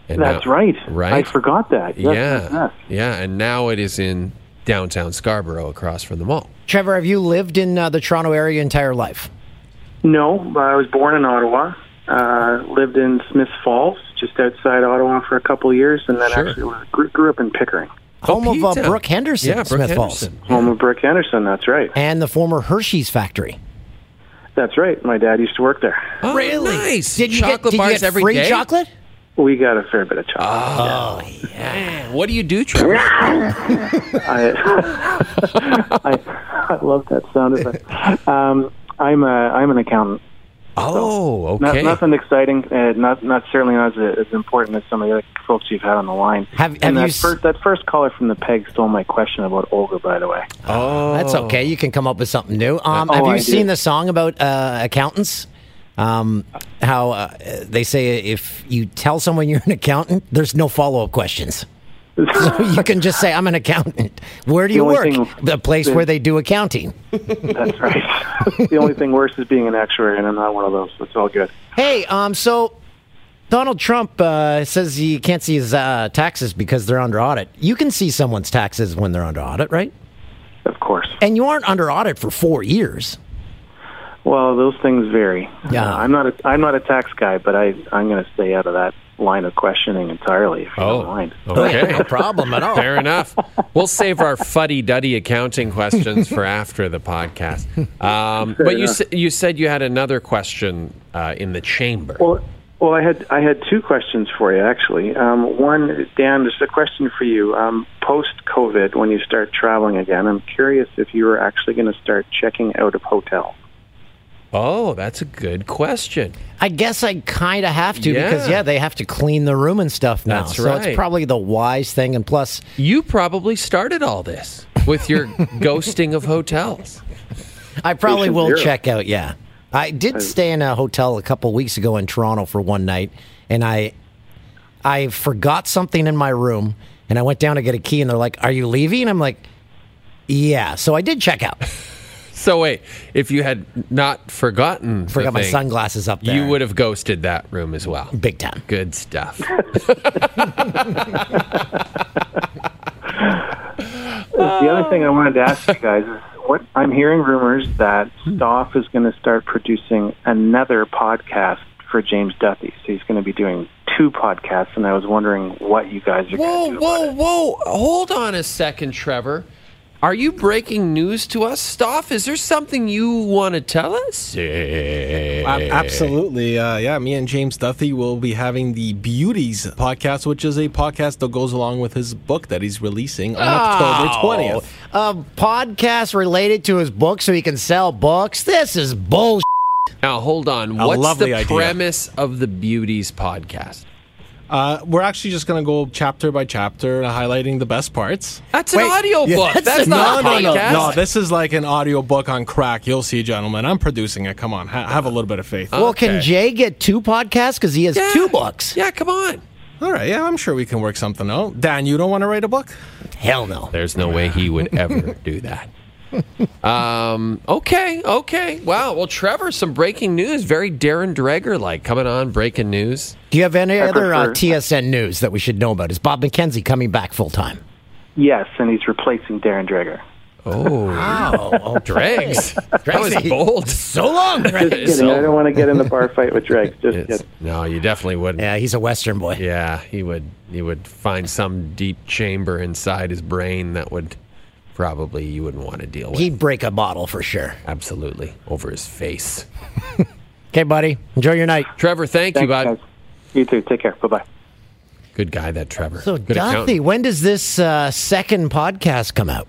And
That's
now-
right. I
Right?
forgot that. Yes, yes,
yeah.
yes.
Yeah. And now it is in downtown Scarborough across from the mall.
Trevor, have you lived in uh, the Toronto area your entire life?
No, but I was born in Ottawa. Uh, lived in Smith Falls, just outside Ottawa, for a couple of years, and then
Sure.
actually was, grew, grew up in Pickering.
Home of uh, Brooke Henderson,
Oh, Yeah, Brooke
Smith
Henderson.
Falls,
Home of Brooke Henderson. That's right.
and the former Hershey's factory.
That's right. My dad used to work there.
Oh,
really? Nice.
Did you get-
chocolate
did you
bars
get
every
free
day?
chocolate?
We got a fair bit of chocolate.
Oh,
yeah. What do you do, Trevor?
I, I, I love that sound effect. Um, I'm a I'm an accountant.
Oh,
Not, nothing exciting. Uh, not not certainly not as, as important as some of the other folks you've had on the line.
Have,
and
have
that
you s-
first that first caller from the peg stole my question about Olga. By the way,
Oh,
that's okay. You can come up with something new. Um,
Oh,
have you
I
seen
do.
the song about uh, accountants? Um, how uh, they say if you tell someone you're an accountant, there's no follow up questions. so you can just say, "I'm an accountant." Where do
The
you work?
only thing-
the place where they do accounting.
that's right. the only thing worse is being an actuary, and I'm not one of those. So it's all good.
Hey, um, so Donald Trump uh, says he can't see his uh, taxes because they're under audit. You can see someone's taxes when they're under audit, right?
Of course.
And you aren't under audit for four years.
Well, those things vary.
Yeah.
Uh, I'm not a I'm not a tax guy, but I I'm going to stay out of that line of questioning entirely. If you don't mind.
Oh. Okay.
No problem at all.
Fair enough. We'll save our fuddy duddy accounting questions for after the podcast. Um, but you,
enough.
sa- you said you had another question uh, in the chamber.
Well, well, I had I had two questions for you actually. Um, one, Dan, just a question for you. Um, Post COVID, when you start traveling again, I'm curious if you are actually going to start checking out of hotels.
Oh, that's a good question.
I guess I kind of have to because
Yeah.
yeah, they have to clean the room and stuff now.
That's
so
right.
it's probably the wise thing. And plus,
You probably started all this with your ghosting of hotels.
I probably
Patient
will
zero.
check out. Yeah, I did stay in a hotel a couple weeks ago in Toronto for one night, and I I forgot something in my room, and I went down to get a key, and they're like, "Are you leaving?" I'm like, "Yeah." So I did check out.
So wait, if you had not forgotten, the
Forgot my
thing,
sunglasses up there.
you would have ghosted that room as well,
big time.
Good stuff.
The
Oh.
other thing I wanted to ask you guys is what I'm hearing rumors that
Hmm.
Stoff is going to start producing another podcast for James Duffy. So he's going to be doing two podcasts, and I was wondering what you guys are.
Whoa, whoa, whoa! Hold on a second, Trevor. Are you breaking news to us, Stoff? Is there something you want to tell us? Eh.
Ab- absolutely. Uh, yeah, me and James Duffy will be having the Beauties podcast, which is a podcast that goes along with his book that he's releasing on
Oh.
October 20th.
Oh. A podcast related to his book so he can sell books? This is bullshit.
Now, hold on.
A
What's
lovely
the
idea.
premise of the Beauties podcast?
Uh, we're actually just going to go chapter by chapter, highlighting the best parts.
That's an audio book. that's,
no,
not
no,
a
no,
podcast.
no. This is like an audio book on crack. You'll see, gentlemen. I'm producing it. Come on, ha- have a little bit of faith.
Well, can Jay get two podcasts? Because he has two books.
Yeah, come on.
All right, yeah, I'm sure we can work something out. Dan, you don't want to write a book?
Hell no.
There's no way he would ever do that. Um, okay, okay. Wow. Well, Trevor, some breaking news. Very Darren Dreger like coming on, breaking news.
Do you have any
I
other uh,
prefer-
TSN news that we should know about? Is Bob McKenzie coming back full time?
Yes, and he's replacing Darren Dreger.
Oh,
wow.
Dregs. That was bold.
So long,
Just kidding. I don't want to get in the bar fight with Dregs. Just kidding.
No, you definitely wouldn't.
Yeah, he's a Western boy.
Yeah, he would. He would find some deep chamber inside his brain that would probably you wouldn't want to deal with.
He'd break a bottle for sure.
Absolutely, over his face.
Okay, buddy. Enjoy your night.
Trevor, thank you, bud.
You too. Take care. Bye bye.
Good guy, that Trevor.
So,
Good
Duffy, when does this uh, second podcast come out?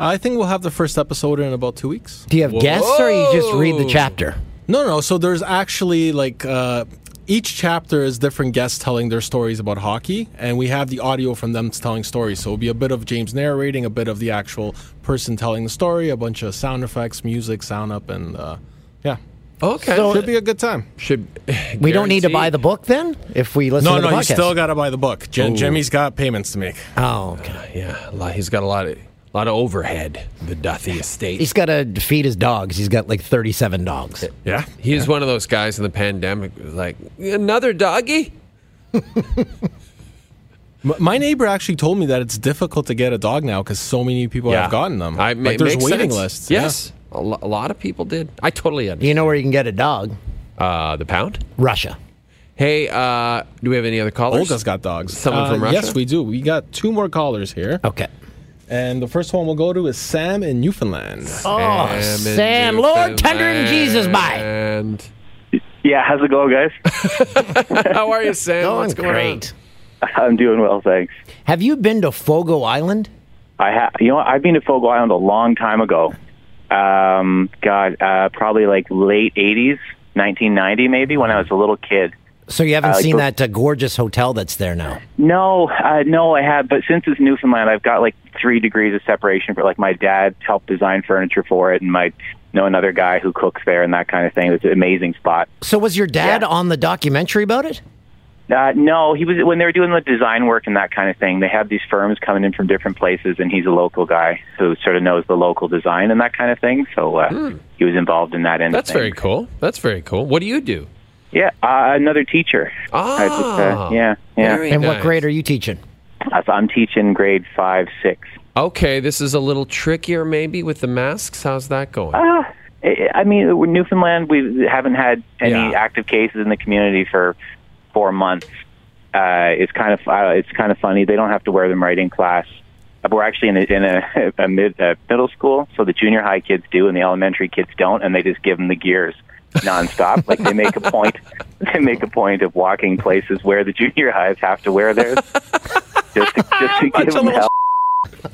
I think we'll have the first episode in about two weeks.
Do you have guests or you just read the chapter?
No, no. So there's actually like uh, each chapter is different guests telling their stories about hockey, and we have the audio from them telling stories. So it'll be a bit of James narrating, a bit of the actual person telling the story, a bunch of sound effects, music, sound up, and uh, yeah.
Okay,
should be a good time.
Should
We don't need to buy the book then if we listen
no,
to the
no, you
podcast.
still got to buy the book. Jim,
Ooh.
Jimmy's got payments to make.
Oh, okay.
Uh, Yeah, a lot- he's got a lot of lot of overhead. The Duthie estate.
He's got to feed his dogs. He's got like 37 dogs.
Yeah,
he was one of those guys in the pandemic. who was Like another doggy.
M- My neighbor actually told me that it's difficult to get a dog now because so many people
Yeah.
have gotten them.
I, ma-
like, there's
makes
waiting
sense.
lists.
Yes, a, lo- a lot of people did. I totally understand.
You know where you can get a dog?
Uh, the pound.
Russia.
Hey, uh, do we have any other callers?
Olga's got dogs.
Someone
Uh,
from Russia.
Yes, we do. We got two more callers here.
Okay.
And the first one we'll go to is Sam in Newfoundland.
Oh, Sam, Lord, tender and Jesus, bye.
And
Yeah, how's it going, guys?
How are you, Sam?
Going
What's going on?
great.
I'm doing well, thanks.
Have you been to Fogo Island?
I ha- you know what? I've been to Fogo Island a long time ago. Um, God, uh, probably like late '80s, 1990 maybe, when I was a little kid.
So you haven't
Uh,
seen
go-
that uh, gorgeous hotel that's there now.
No, uh, no, I have. But since it's Newfoundland, I've got like three degrees of separation. But like my dad helped design furniture for it, and my know another guy who cooks there and that kind of thing. It's an amazing spot.
So was your dad on the documentary about it?
Uh, no, he was when they were doing the design work and that kind of thing. They have these firms coming in from different places, and he's a local guy who sort of knows the local design and that kind of thing. So uh, he was involved in that end. of
Hmm. That's very
things.
cool. That's very cool. What do you do?
Yeah, uh, another teacher. I just, uh,
Ah,
yeah, yeah.
very
and what
nice.
grade are you teaching?
Uh, so I'm teaching grade five, six.
Okay, this is a little trickier maybe with the masks. How's that going?
Uh, I I mean, we're Newfoundland, we haven't had any active cases in the community for four months. Uh, it's kind of uh, it's kind of funny. They don't have to wear them right in class. Uh, We're actually in a, in a, a, mid, a middle school, so the junior high kids do, and the elementary kids don't, and they just give them the gears nonstop. like they make a point, they make a point of walking places where the junior highs have to wear theirs, just to, just to give them hell.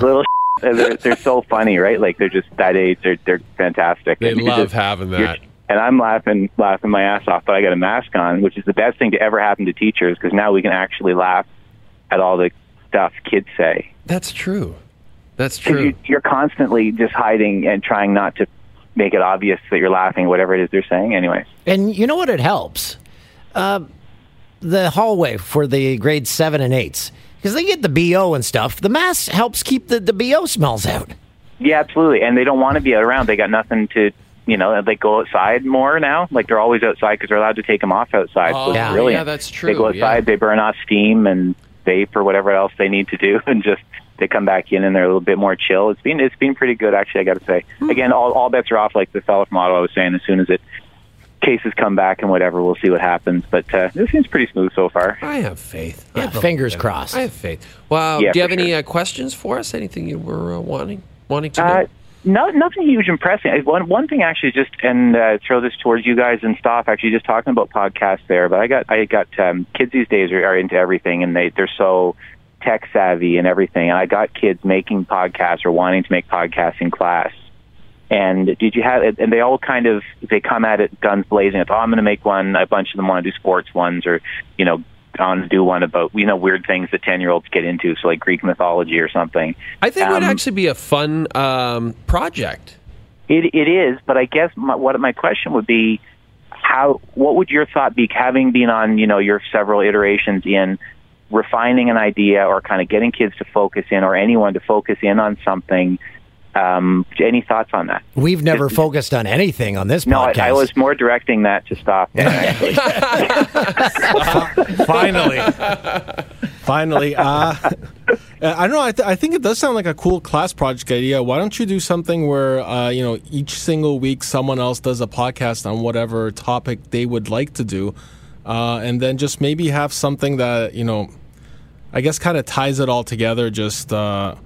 little and they're, they're so funny, right? Like they're just that age. They're they're fantastic.
They
And you're
love
just-
having
you're-
that.
And I'm laughing laughing my ass off, but I got a mask on, which is the best thing to ever happen to teachers because now we can actually laugh at all the stuff kids say.
That's true. That's
'Cause
true.
You, you're constantly just hiding and trying not to make it obvious that you're laughing, whatever it is they're saying. Anyway,
And you know what? It helps. Uh, the hallway for the grade seven and eights because they get the bo and stuff. The mask helps keep the, the bo smells out.
yeah, absolutely. And they don't want to be around. They got nothing to. You know, they go outside more now. Like they're always outside because they're allowed to take them off outside. so
Oh,
it's
yeah.
brilliant.
yeah, that's
They go
true, yeah.
outside, they burn off steam and vape or whatever else they need to do, and just they come back in and they're a little bit more chill. It's been it's been pretty good actually. I got to say. Again, all all bets are off. Like the fellow from Ottawa was saying, as soon as it cases come back and whatever, we'll see what happens. But uh, it seems pretty smooth so far.
I have faith. I
Yeah,
have a-
fingers crossed.
I have faith. Wow.
Yeah,
do you
for
have any uh, questions for us? Anything you were uh, wanting? wanting to
uh,
do?
No, nothing huge impressing. I- One one thing actually, just and uh, throw this towards you guys and Stoff. Actually, just talking about podcasts there, but I got I got um, kids these days are, are into everything, and they they're so tech savvy and everything. And I got kids making podcasts or wanting to make podcasts in class. And did you have? And they all kind of they come at it guns blazing. It's, oh, I'm going to make one. A bunch of them want to do sports ones, or you know, I want to do one about you know weird things that ten year olds get into, so like Greek mythology or something.
I think it would
Um,
actually be a fun um, project.
It, it is, but I guess my, what my question would be, how what would your thought be, having been on you know your several iterations in refining an idea or kind of getting kids to focus in or anyone to focus in on something? Um, any thoughts on that?
We've never focused on anything on this
No, I,
podcast.
I was more directing that to stop.
Finally. Finally. Uh, uh, I don't know. I, th- I think it does sound like a cool class project idea. Why don't you do something where, uh, you know, each single week someone else does a podcast on whatever topic they would like to do? Uh, and then just maybe have something that, you know, I guess kind of ties it all together. Just, uh,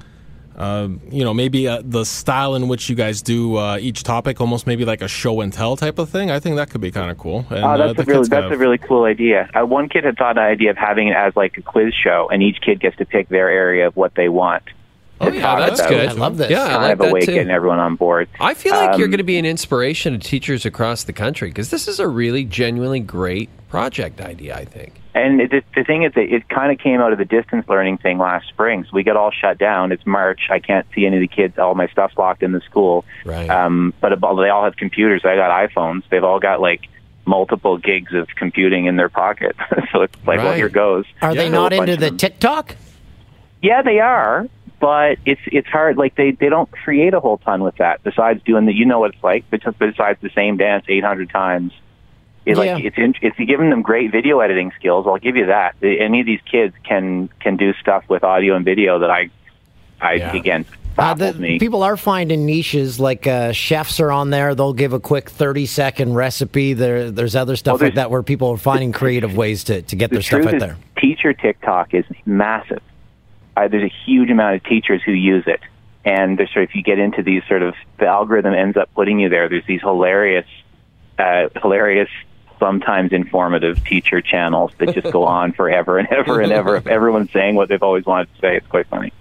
uh, you know, maybe uh, the style in which you guys do uh, each topic, almost maybe like a show and tell type of thing. I think that could be kind of cool. And,
oh,
uh,
that's
the
a really
kids
that's
have-
a really cool idea. Uh, one kid had thought the idea of having it as like a quiz show, and each kid gets to pick their area of what they want. Oh
yeah, that's good. I love this. Yeah, I
kind
like
of a
that
way of
too.
getting everyone on board.
I feel like you're
Um,
going to be an inspiration to teachers across the country because this is a really genuinely great project idea. I think.
And it, the, the thing is, that it kind of came out of the distance learning thing last spring. So we got all shut down. It's March. I can't see any of the kids. All my stuff's locked in the school.
Right.
Um, but ab- they all have computers. I got iPhones. They've all got like multiple gigs of computing in their pocket. so it's like, well,
Right.
here goes.
Are they
So a
not
bunch
into
of
the
them-
TikTok?
Yeah, they are. But it's it's hard. Like they they don't create a whole ton with that. Besides doing the, you know what it's like. bes- Besides the same dance eight hundred times. It, like
Yeah.
it's in, it's giving them great video editing skills. I'll give you that. The- Any of these kids can can do stuff with audio and video that I I again
Uh,
baffles me.
people are finding niches like uh, chefs are on there. They'll give a quick 30 second recipe. There, there's other stuff like that where people are finding creative ways to, to get
the
their stuff
truth
out
is
there.
Teacher TikTok is massive. Uh, there's a huge amount of teachers who use it, and there's sort of, if you get into these sort of the algorithm ends up putting you there. There's these hilarious, uh, hilarious, sometimes informative teacher channels that just go on forever and ever and ever. of Everyone saying what they've always wanted to say. It's quite funny.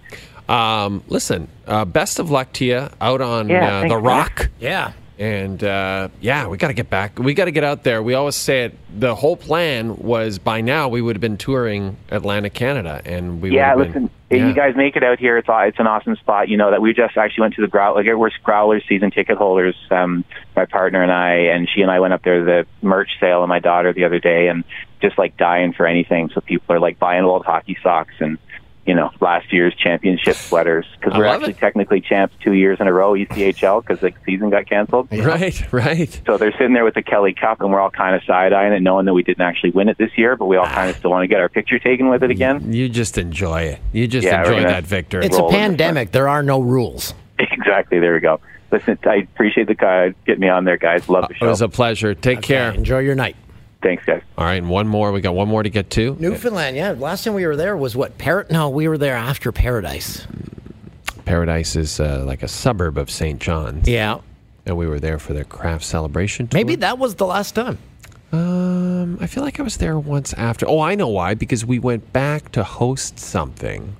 Um, listen, uh, best of luck to you out on
Yeah,
uh,
thanks,
the
man.
Rock.
Yeah.
And uh, yeah, we got to get back. We got to get out there. We always say it. The whole plan was by now we would have been touring Atlantic Canada, and we
yeah,
would have been-
listen, if
yeah.
you guys make it out here, it's aw- it's an awesome spot. You know that we just actually went to the Growl. Like we're Growlers season ticket holders. Um, my partner and I, and she and I went up there to the merch sale, and my daughter the other day, and just like dying for anything. So people are like buying old hockey socks and you know last year's championship sweaters because
I
we're
love
actually technically champs two years in a row E ECHL because the season got canceled.
Right, right.
So they're sitting there with the Kelly Cup, and we're all kind of side eyeing it, knowing that we didn't actually win it this year, but we
Ah.
all kind of still want to get our picture taken with it again.
You just enjoy it. You just
Yeah, we're
enjoy
gonna
that victory.
It's a pandemic. There are no rules.
Exactly. There we go. Listen, I appreciate the guy getting me on there, guys. Love the
It
show.
was a pleasure. Take care.
Enjoy your night.
Thanks, guys.
All right, and one more. We got one more to get to.
Newfoundland, yeah. Last time we were there was what? Parrot? No, we were there after Paradise.
Paradise is uh, like a suburb of St. John's.
Yeah.
And we were there for their craft celebration. Tour.
Maybe that was the last time.
Um, I feel like I was there once after. Oh, I know why. Because we went back to host something.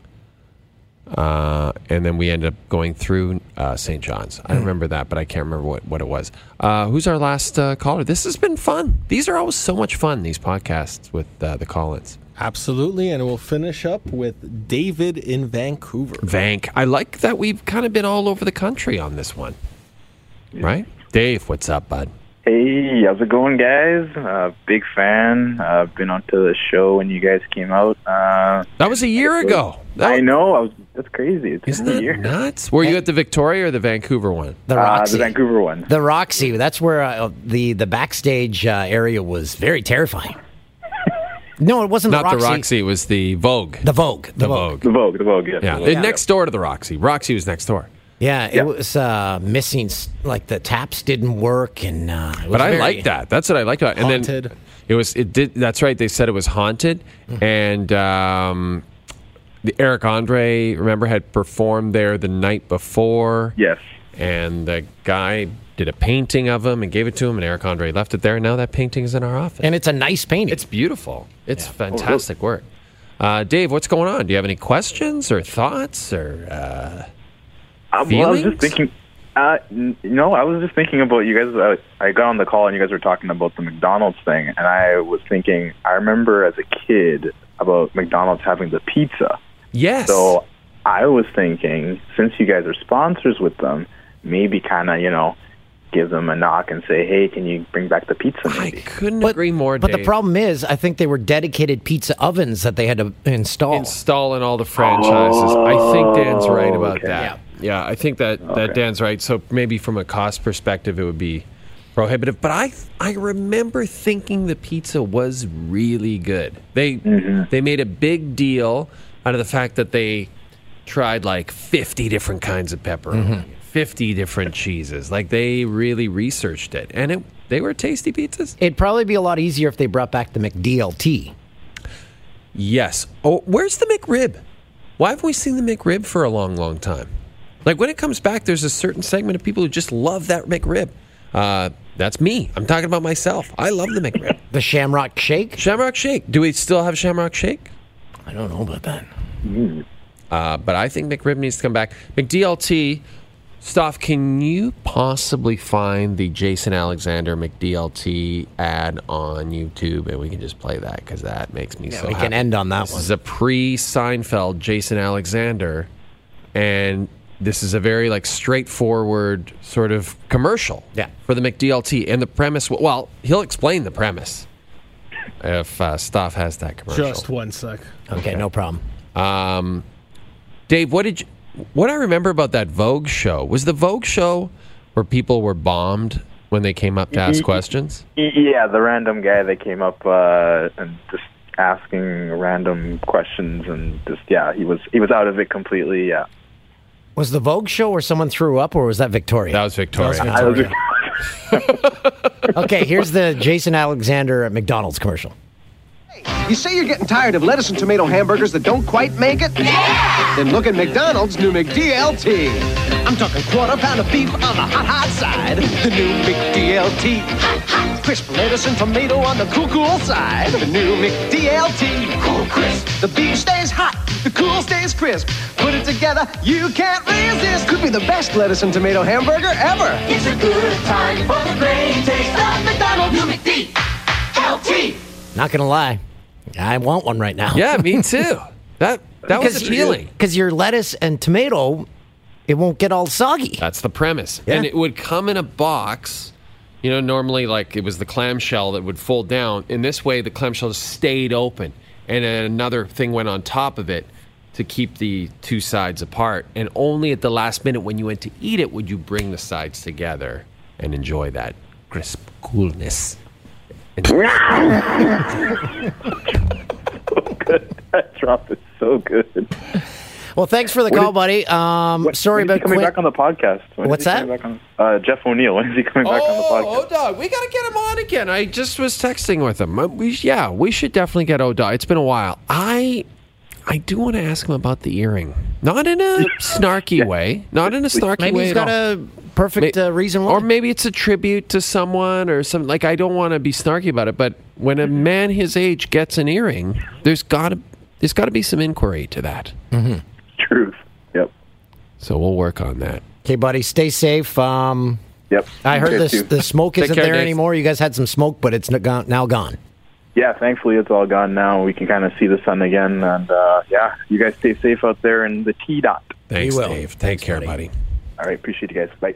Uh, and then we ended up going through uh, St. John's. I
Hmm.
remember that, but I can't remember what, what it was. Uh, who's our last uh, caller? This has been fun. These are always so much fun, these podcasts with uh, the call ins.
Absolutely, and we'll finish up with David in Vancouver.
Vank. I like that we've kind of been all over the country on this one. Right? Dave, what's up, bud?
Hey, how's it going, guys? Uh, big fan. I've uh, been onto the show when you guys came out. Uh,
that was a year ago.
I know. I was. That's crazy. It's been a year.
Nuts. Were you at the Victoria or the Vancouver
Ah,
one?
The Roxy.
Vancouver one.
The Roxy. That's where uh, the, the backstage uh, area was very terrifying. No, it wasn't
Not
the Roxy.
the Roxy, it was the Vogue.
The Vogue. The,
Vogue.
The Vogue. The Vogue. Yeah.
Yeah,
The Vogue.
the next door to the Roxy. Roxy was next door.
Yeah, it was uh, missing. s- Like the taps didn't work, and uh, it was
But I
very-
like that. That's what I liked about it. And
Haunted. Mm-hmm.
then it was it did that's right, they said it was haunted and um the Eric Andre, remember, had performed there the night before.
Yes.
And the guy did a painting of him and gave it to him, and Eric Andre left it there. And now that painting is in our office.
And it's a nice painting.
It's beautiful. It's
Oh,
fantastic work. Uh, Dave, what's going on? Do you have any questions or thoughts or uh,
Uh, well, I was just thinking. Uh, n- no, I was just thinking about you guys. uh, I, I got on the call and you guys were talking about the McDonald's thing, and I was thinking. I remember as a kid about McDonald's having the pizza.
Yes.
So I was thinking, since you guys are sponsors with them, maybe kind of you know give them a knock and say, hey, can you bring back the pizza? Maybe. I
couldn't agree more.
But the
Dave.
problem is, I think they were dedicated pizza ovens that they had to install.
Install in all the franchises. I think Dan's right about
Oh, okay.
that. Yeah. I think that,
Okay.
that Dan's right. So maybe from a cost perspective, it would be prohibitive. But I I remember thinking the pizza was really good. They
Mm-hmm.
they made a big deal out of the fact that they tried like fifty different kinds of pepperoni,
Mhm.
fifty different cheeses. Like they really researched it, and it they were tasty pizzas.
It'd probably be a lot easier if they brought back the McDLT.
Yes. Oh, where's the McRib? Why haven't we seen the McRib for a long, long time? Like when it comes back, there's a certain segment of people who just love that McRib. Uh, that's me. I'm talking about myself. I love the McRib.
the Shamrock Shake.
Shamrock Shake. Do we still have Shamrock Shake?
I don't know about that.
Uh, but I think McRib needs to come back. McDLT. Stoff, can you possibly find the Jason Alexander McDLT ad on YouTube, and we can just play that because that makes me so.
we can
happy.
end on that
This
one.
is a pre-Seinfeld Jason Alexander, and this is a very like straightforward sort of commercial. Yeah. For the McDLT, and the premise. Well, he'll explain the premise if uh, Stoff has that commercial.
Just one sec.
Okay, no problem.
Um, Dave, what did you, what I remember about that Vogue show was the Vogue show where people were bombed when they came up to ask questions.
Yeah, the random guy that came up uh, and just asking random questions and just yeah, he was he was out of it completely. Yeah,
Was the Vogue show where someone threw up, or was that Victoria? That
was Victoria.
I was
okay, here's the Jason Alexander at McDonald's commercial.
You say you're getting tired of lettuce and tomato hamburgers that don't quite make it? Then look at McDonald's new McDLT. I'm talking quarter pound of beef on the hot, hot side. The new McDLT. Hot, hot. Crisp lettuce and tomato on the cool, cool side. The new McDLT. Cool crisp. The beef stays hot. The cool stays crisp. Put it together, you can't resist. Could be the best lettuce and tomato hamburger ever.
It's a good time for the great taste of McDonald's. New McD. LT.
Not gonna lie, I want one right now.
Yeah, me too. that that was appealing.
Because your lettuce and tomato, it won't get all soggy.
That's the premise.
Yeah.
And it would come in a box. You know, normally like it was the clamshell that would fold down. In this way, the clamshell just stayed open, and then another thing went on top of it to keep the two sides apart. And only at the last minute, when you went to eat it, would you bring the sides together and enjoy that crisp coolness.
that drop is so good.
Well, thanks for the
What
call,
did-
buddy. Um, sorry
when is he
about
coming
Quin-
back on the podcast. When is
What's
he coming Back on, uh, Jeff O'Neill. When is he coming back on the podcast?
Oh, Odog, we got to get him on again. I just was texting with him. Uh, We, yeah, we should definitely get Odog. It's been a while. I I do want to ask him about the earring. Not in a snarky way. Not in a snarky
Maybe
way.
he's
at
got
all.
a perfect uh, reason why.
Or maybe it's a tribute to someone or something. Like, I don't want to be snarky about it, but when a
Mm-hmm.
man his age gets an earring, there's got to there's got to be some inquiry to that.
Mhm.
Truth. Yep.
So we'll work on that.
Okay, buddy, stay safe. Um,
yep.
I heard
Okay,
this,
too.
the smoke
Take
isn't
care,
there
Dave.
anymore. You guys had some smoke, but it's n- gone- now gone.
Yeah, thankfully it's all gone now. We can kind of see the sun again, and uh, yeah, you guys stay safe out there in the T dot.
Thanks, Dave. Take care, buddy.
All right, appreciate you guys. Bye.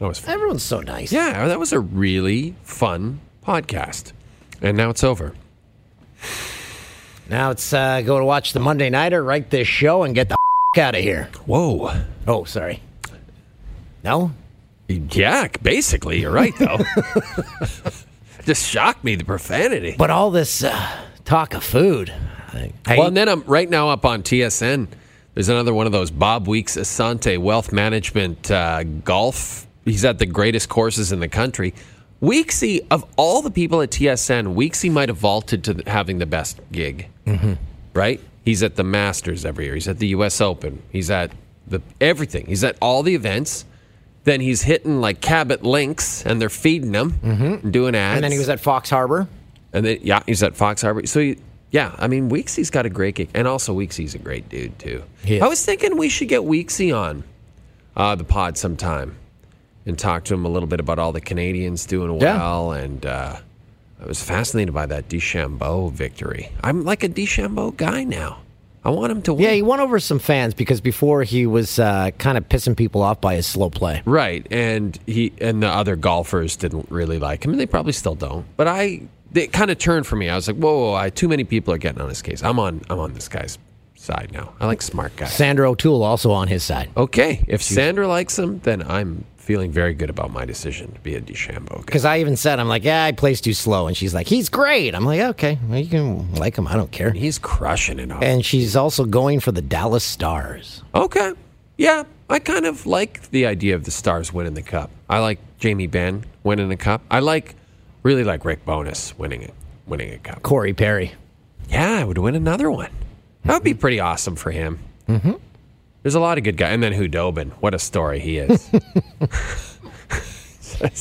That was fun.
Everyone's so nice.
Yeah, that was a really fun podcast. And now it's over.
Now it's uh, go to watch the Monday Nighter, write this show, and get the out of here.
Whoa.
Oh, sorry. No?
Yeah, basically, you're right, though. Just shocked me, the profanity.
But all this uh, talk of food. I, I-
well, and then I'm right now up on TSN. There's another one of those Bob Weeks Asante Wealth Management uh, golf. He's at the greatest courses in the country. Weeksy, of all the people at TSN, Weeksy might have vaulted to the, having the best gig. right? He's at the Masters every year. He's at the U.S. Open. He's at the everything. He's at all the events. Then he's hitting like Cabot Links, and they're feeding him and doing ads.
Mm-hmm. And then he was at Fox Harbor.
And then yeah, he's at Fox Harbor. So he, yeah, I mean Weeksy's got a great gig, and also Weeksy's a great dude too. I was thinking we should get Weeksy on uh, the pod sometime and talk to him a little bit about all the Canadians doing
Yeah.
well. And uh, I was fascinated by that DeChambeau victory. I'm like a DeChambeau guy now. I want him to win.
Yeah, he won over some fans because before he was uh, kind of pissing people off by his slow play.
Right, and he and the other golfers didn't really like him, and they probably still don't. But I, it kind of turned for me. I was like, whoa, whoa, whoa, I, too many people are getting on his case. I'm on, I'm on this guy's side now. I like smart guys.
Sandra O'Toole also on his side.
Okay, if Sandra likes him, then I'm feeling very good about my decision to be a DeChambeau.
Because I even said, I'm like, yeah, he plays too slow. And she's like, he's great. I'm like, okay, well, you can like him. I don't care.
He's crushing it. Up.
And she's also going for the Dallas Stars.
Okay, yeah, I kind of like the idea of the Stars winning the cup. I like Jamie Benn winning the cup. I like, really like Rick Bonus winning it, winning a cup.
Corey Perry.
Yeah, I would win another one. That would be pretty awesome for him.
Mm-hmm.
There's a lot of good guys. And then Hudobin. What a story he is.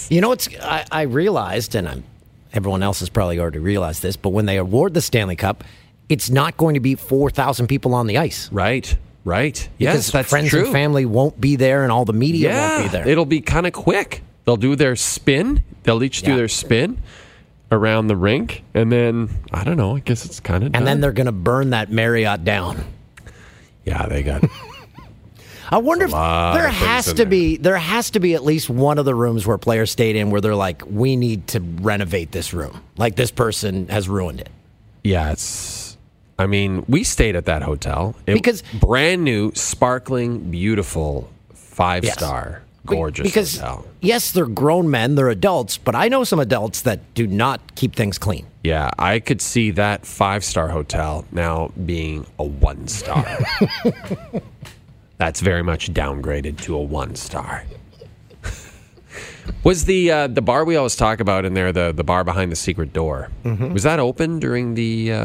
You know what's I, I realized, and I'm, everyone else has probably already realized this, but when they award the Stanley Cup, it's not going to be four thousand people on the ice.
Right. Right.
Because
Yes, that's
friends
true.
and family won't be there, and all the media
yeah,
won't be there.
it'll be kind of quick. They'll do their spin. They'll each do their spin around the rink. And then, I don't know, I guess it's kind of
and then they're going to burn that Marriott down.
Yeah, they got.
I wonder if
lot
there
of things
has
in
to
there.
be there has to be at least one of the rooms where players stayed in where they're like, we need to renovate this room. Like this person has ruined it.
Yeah, it's. I mean, we stayed at that hotel. It,
Because-
brand new, sparkling, beautiful, five star,
Be-
gorgeous
because
hotel.
yes, they're grown men, they're adults, but I know some adults that do not keep things clean.
Yeah, I could see that five star hotel now being a one star. That's very much downgraded to a one star. was the uh, the bar we always talk about in there the the bar behind the secret door? Was that open during the? Um...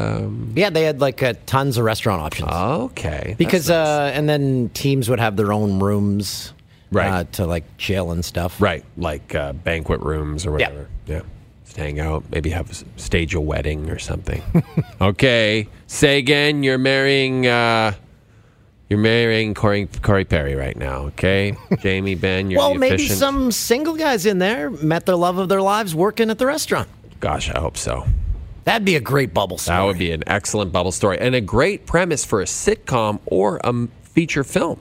Mm-hmm. Yeah, they had like uh, tons of restaurant options.
Okay,
because uh, and then teams would have their own rooms,
Right.
uh, to like chill and stuff.
Right, like uh, banquet rooms or
Yeah.
whatever. Yeah. Just hang out, maybe have s- stage a wedding or something. okay, Sagan, you're marrying uh, you're marrying Corey, Corey Perry right now. Okay, Jamie Ben, you're
well,
the
maybe
efficient-
some single guys in there met their love of their lives working at the restaurant.
Gosh, I hope so.
That'd be a great bubble story.
That would be an excellent bubble story and a great premise for a sitcom or a m- feature film.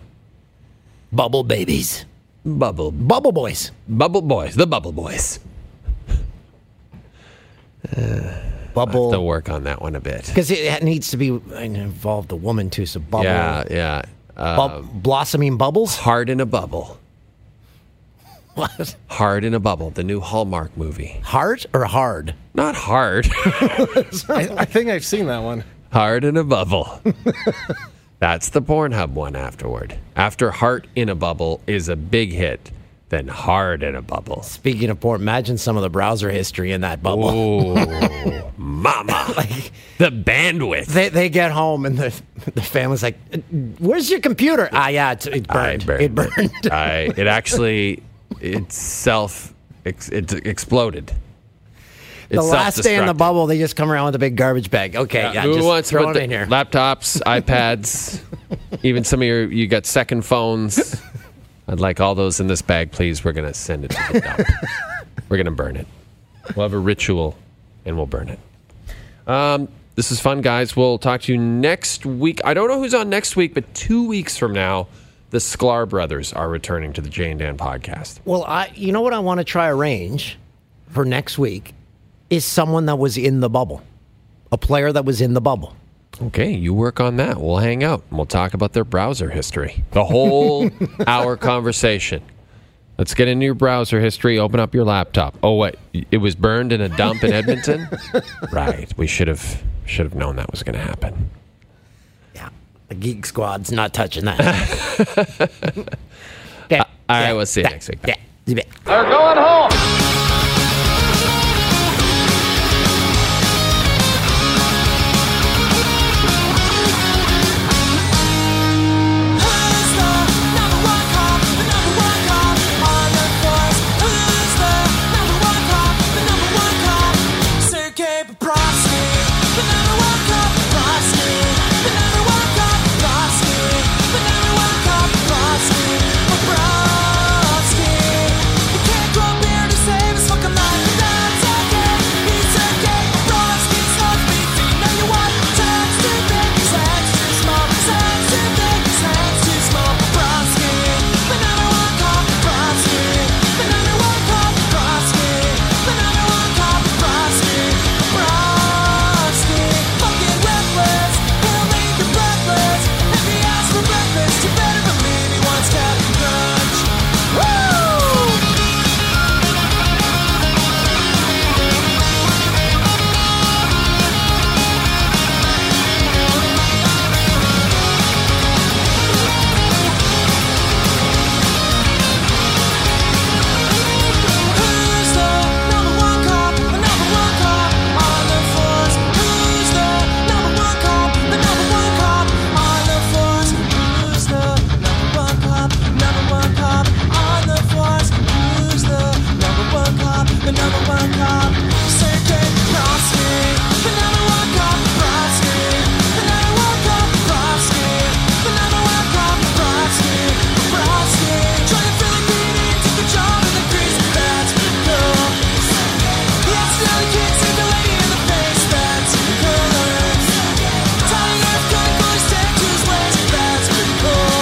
Bubble babies,
bubble
bubble boys,
bubble boys, the bubble boys. I'll have to
bubble.
work on that one a bit.
Because it it needs to be and involve the woman too. So bubble,
Yeah, yeah.
bub-
Um,
blossoming bubbles.
Hard in a bubble.
What?
Hard in a Bubble, the new Hallmark movie.
Heart or hard?
Not hard.
I, I think I've seen that one.
Hard in a Bubble. That's the Pornhub one afterward. After Heart in a Bubble is a big hit, then Hard in a Bubble.
Speaking of porn, imagine some of the browser history in that bubble.
Oh, mama. the bandwidth.
They, they get home and the the family's like, "Where's your computer?" Ah, yeah, it's, it burned. It burned.
I, it actually, itself, ex, it exploded.
the last day in the bubble, they just come around with a big garbage bag. Okay, yeah,
Who
just
wants
throw
but
it
the
in here.
Laptops, iPads, even some of your you got second phones. I'd like all those in this bag, please. We're gonna send it to the dump. We're gonna burn it. We'll have a ritual, and we'll burn it. Um, this is fun, guys. We'll talk to you next week. I don't know who's on next week, but two weeks from now, the Sklar brothers are returning to the Jay and Dan podcast.
Well, I you know what I want to try arrange for next week is someone that was in the bubble, a player that was in the bubble.
Okay, you work on that. We'll hang out and we'll talk about their browser history. The whole hour conversation. Let's get into your browser history. Open up your laptop. Oh wait, it was burned in a dump in Edmonton. right. We should have should have known that was going to happen.
The Geek Squad's not touching that.
Uh, All right, we'll see you next week. Bye.
They're going home. Oh.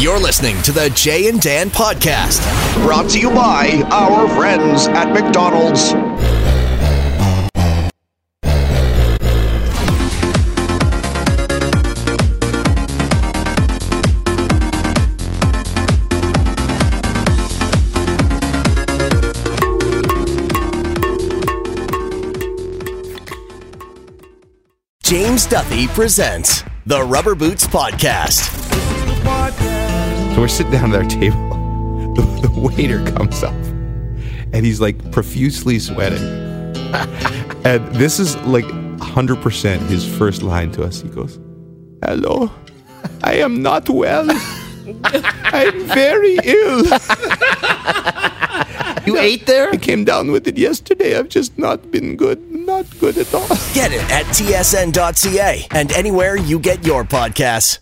You're listening to the Jay and Dan Podcast, brought to you by our friends at McDonald's. James Duffy presents the Rubber Boots Podcast.
So we're sitting down at our table. The, the waiter comes up and he's like profusely sweating. and this is like 100% his first line to us. He goes, Hello, I am not well. I'm very ill.
you ate there?
I came down with it yesterday. I've just not been good. Not good at all.
Get it at tsn.ca and anywhere you get your podcasts.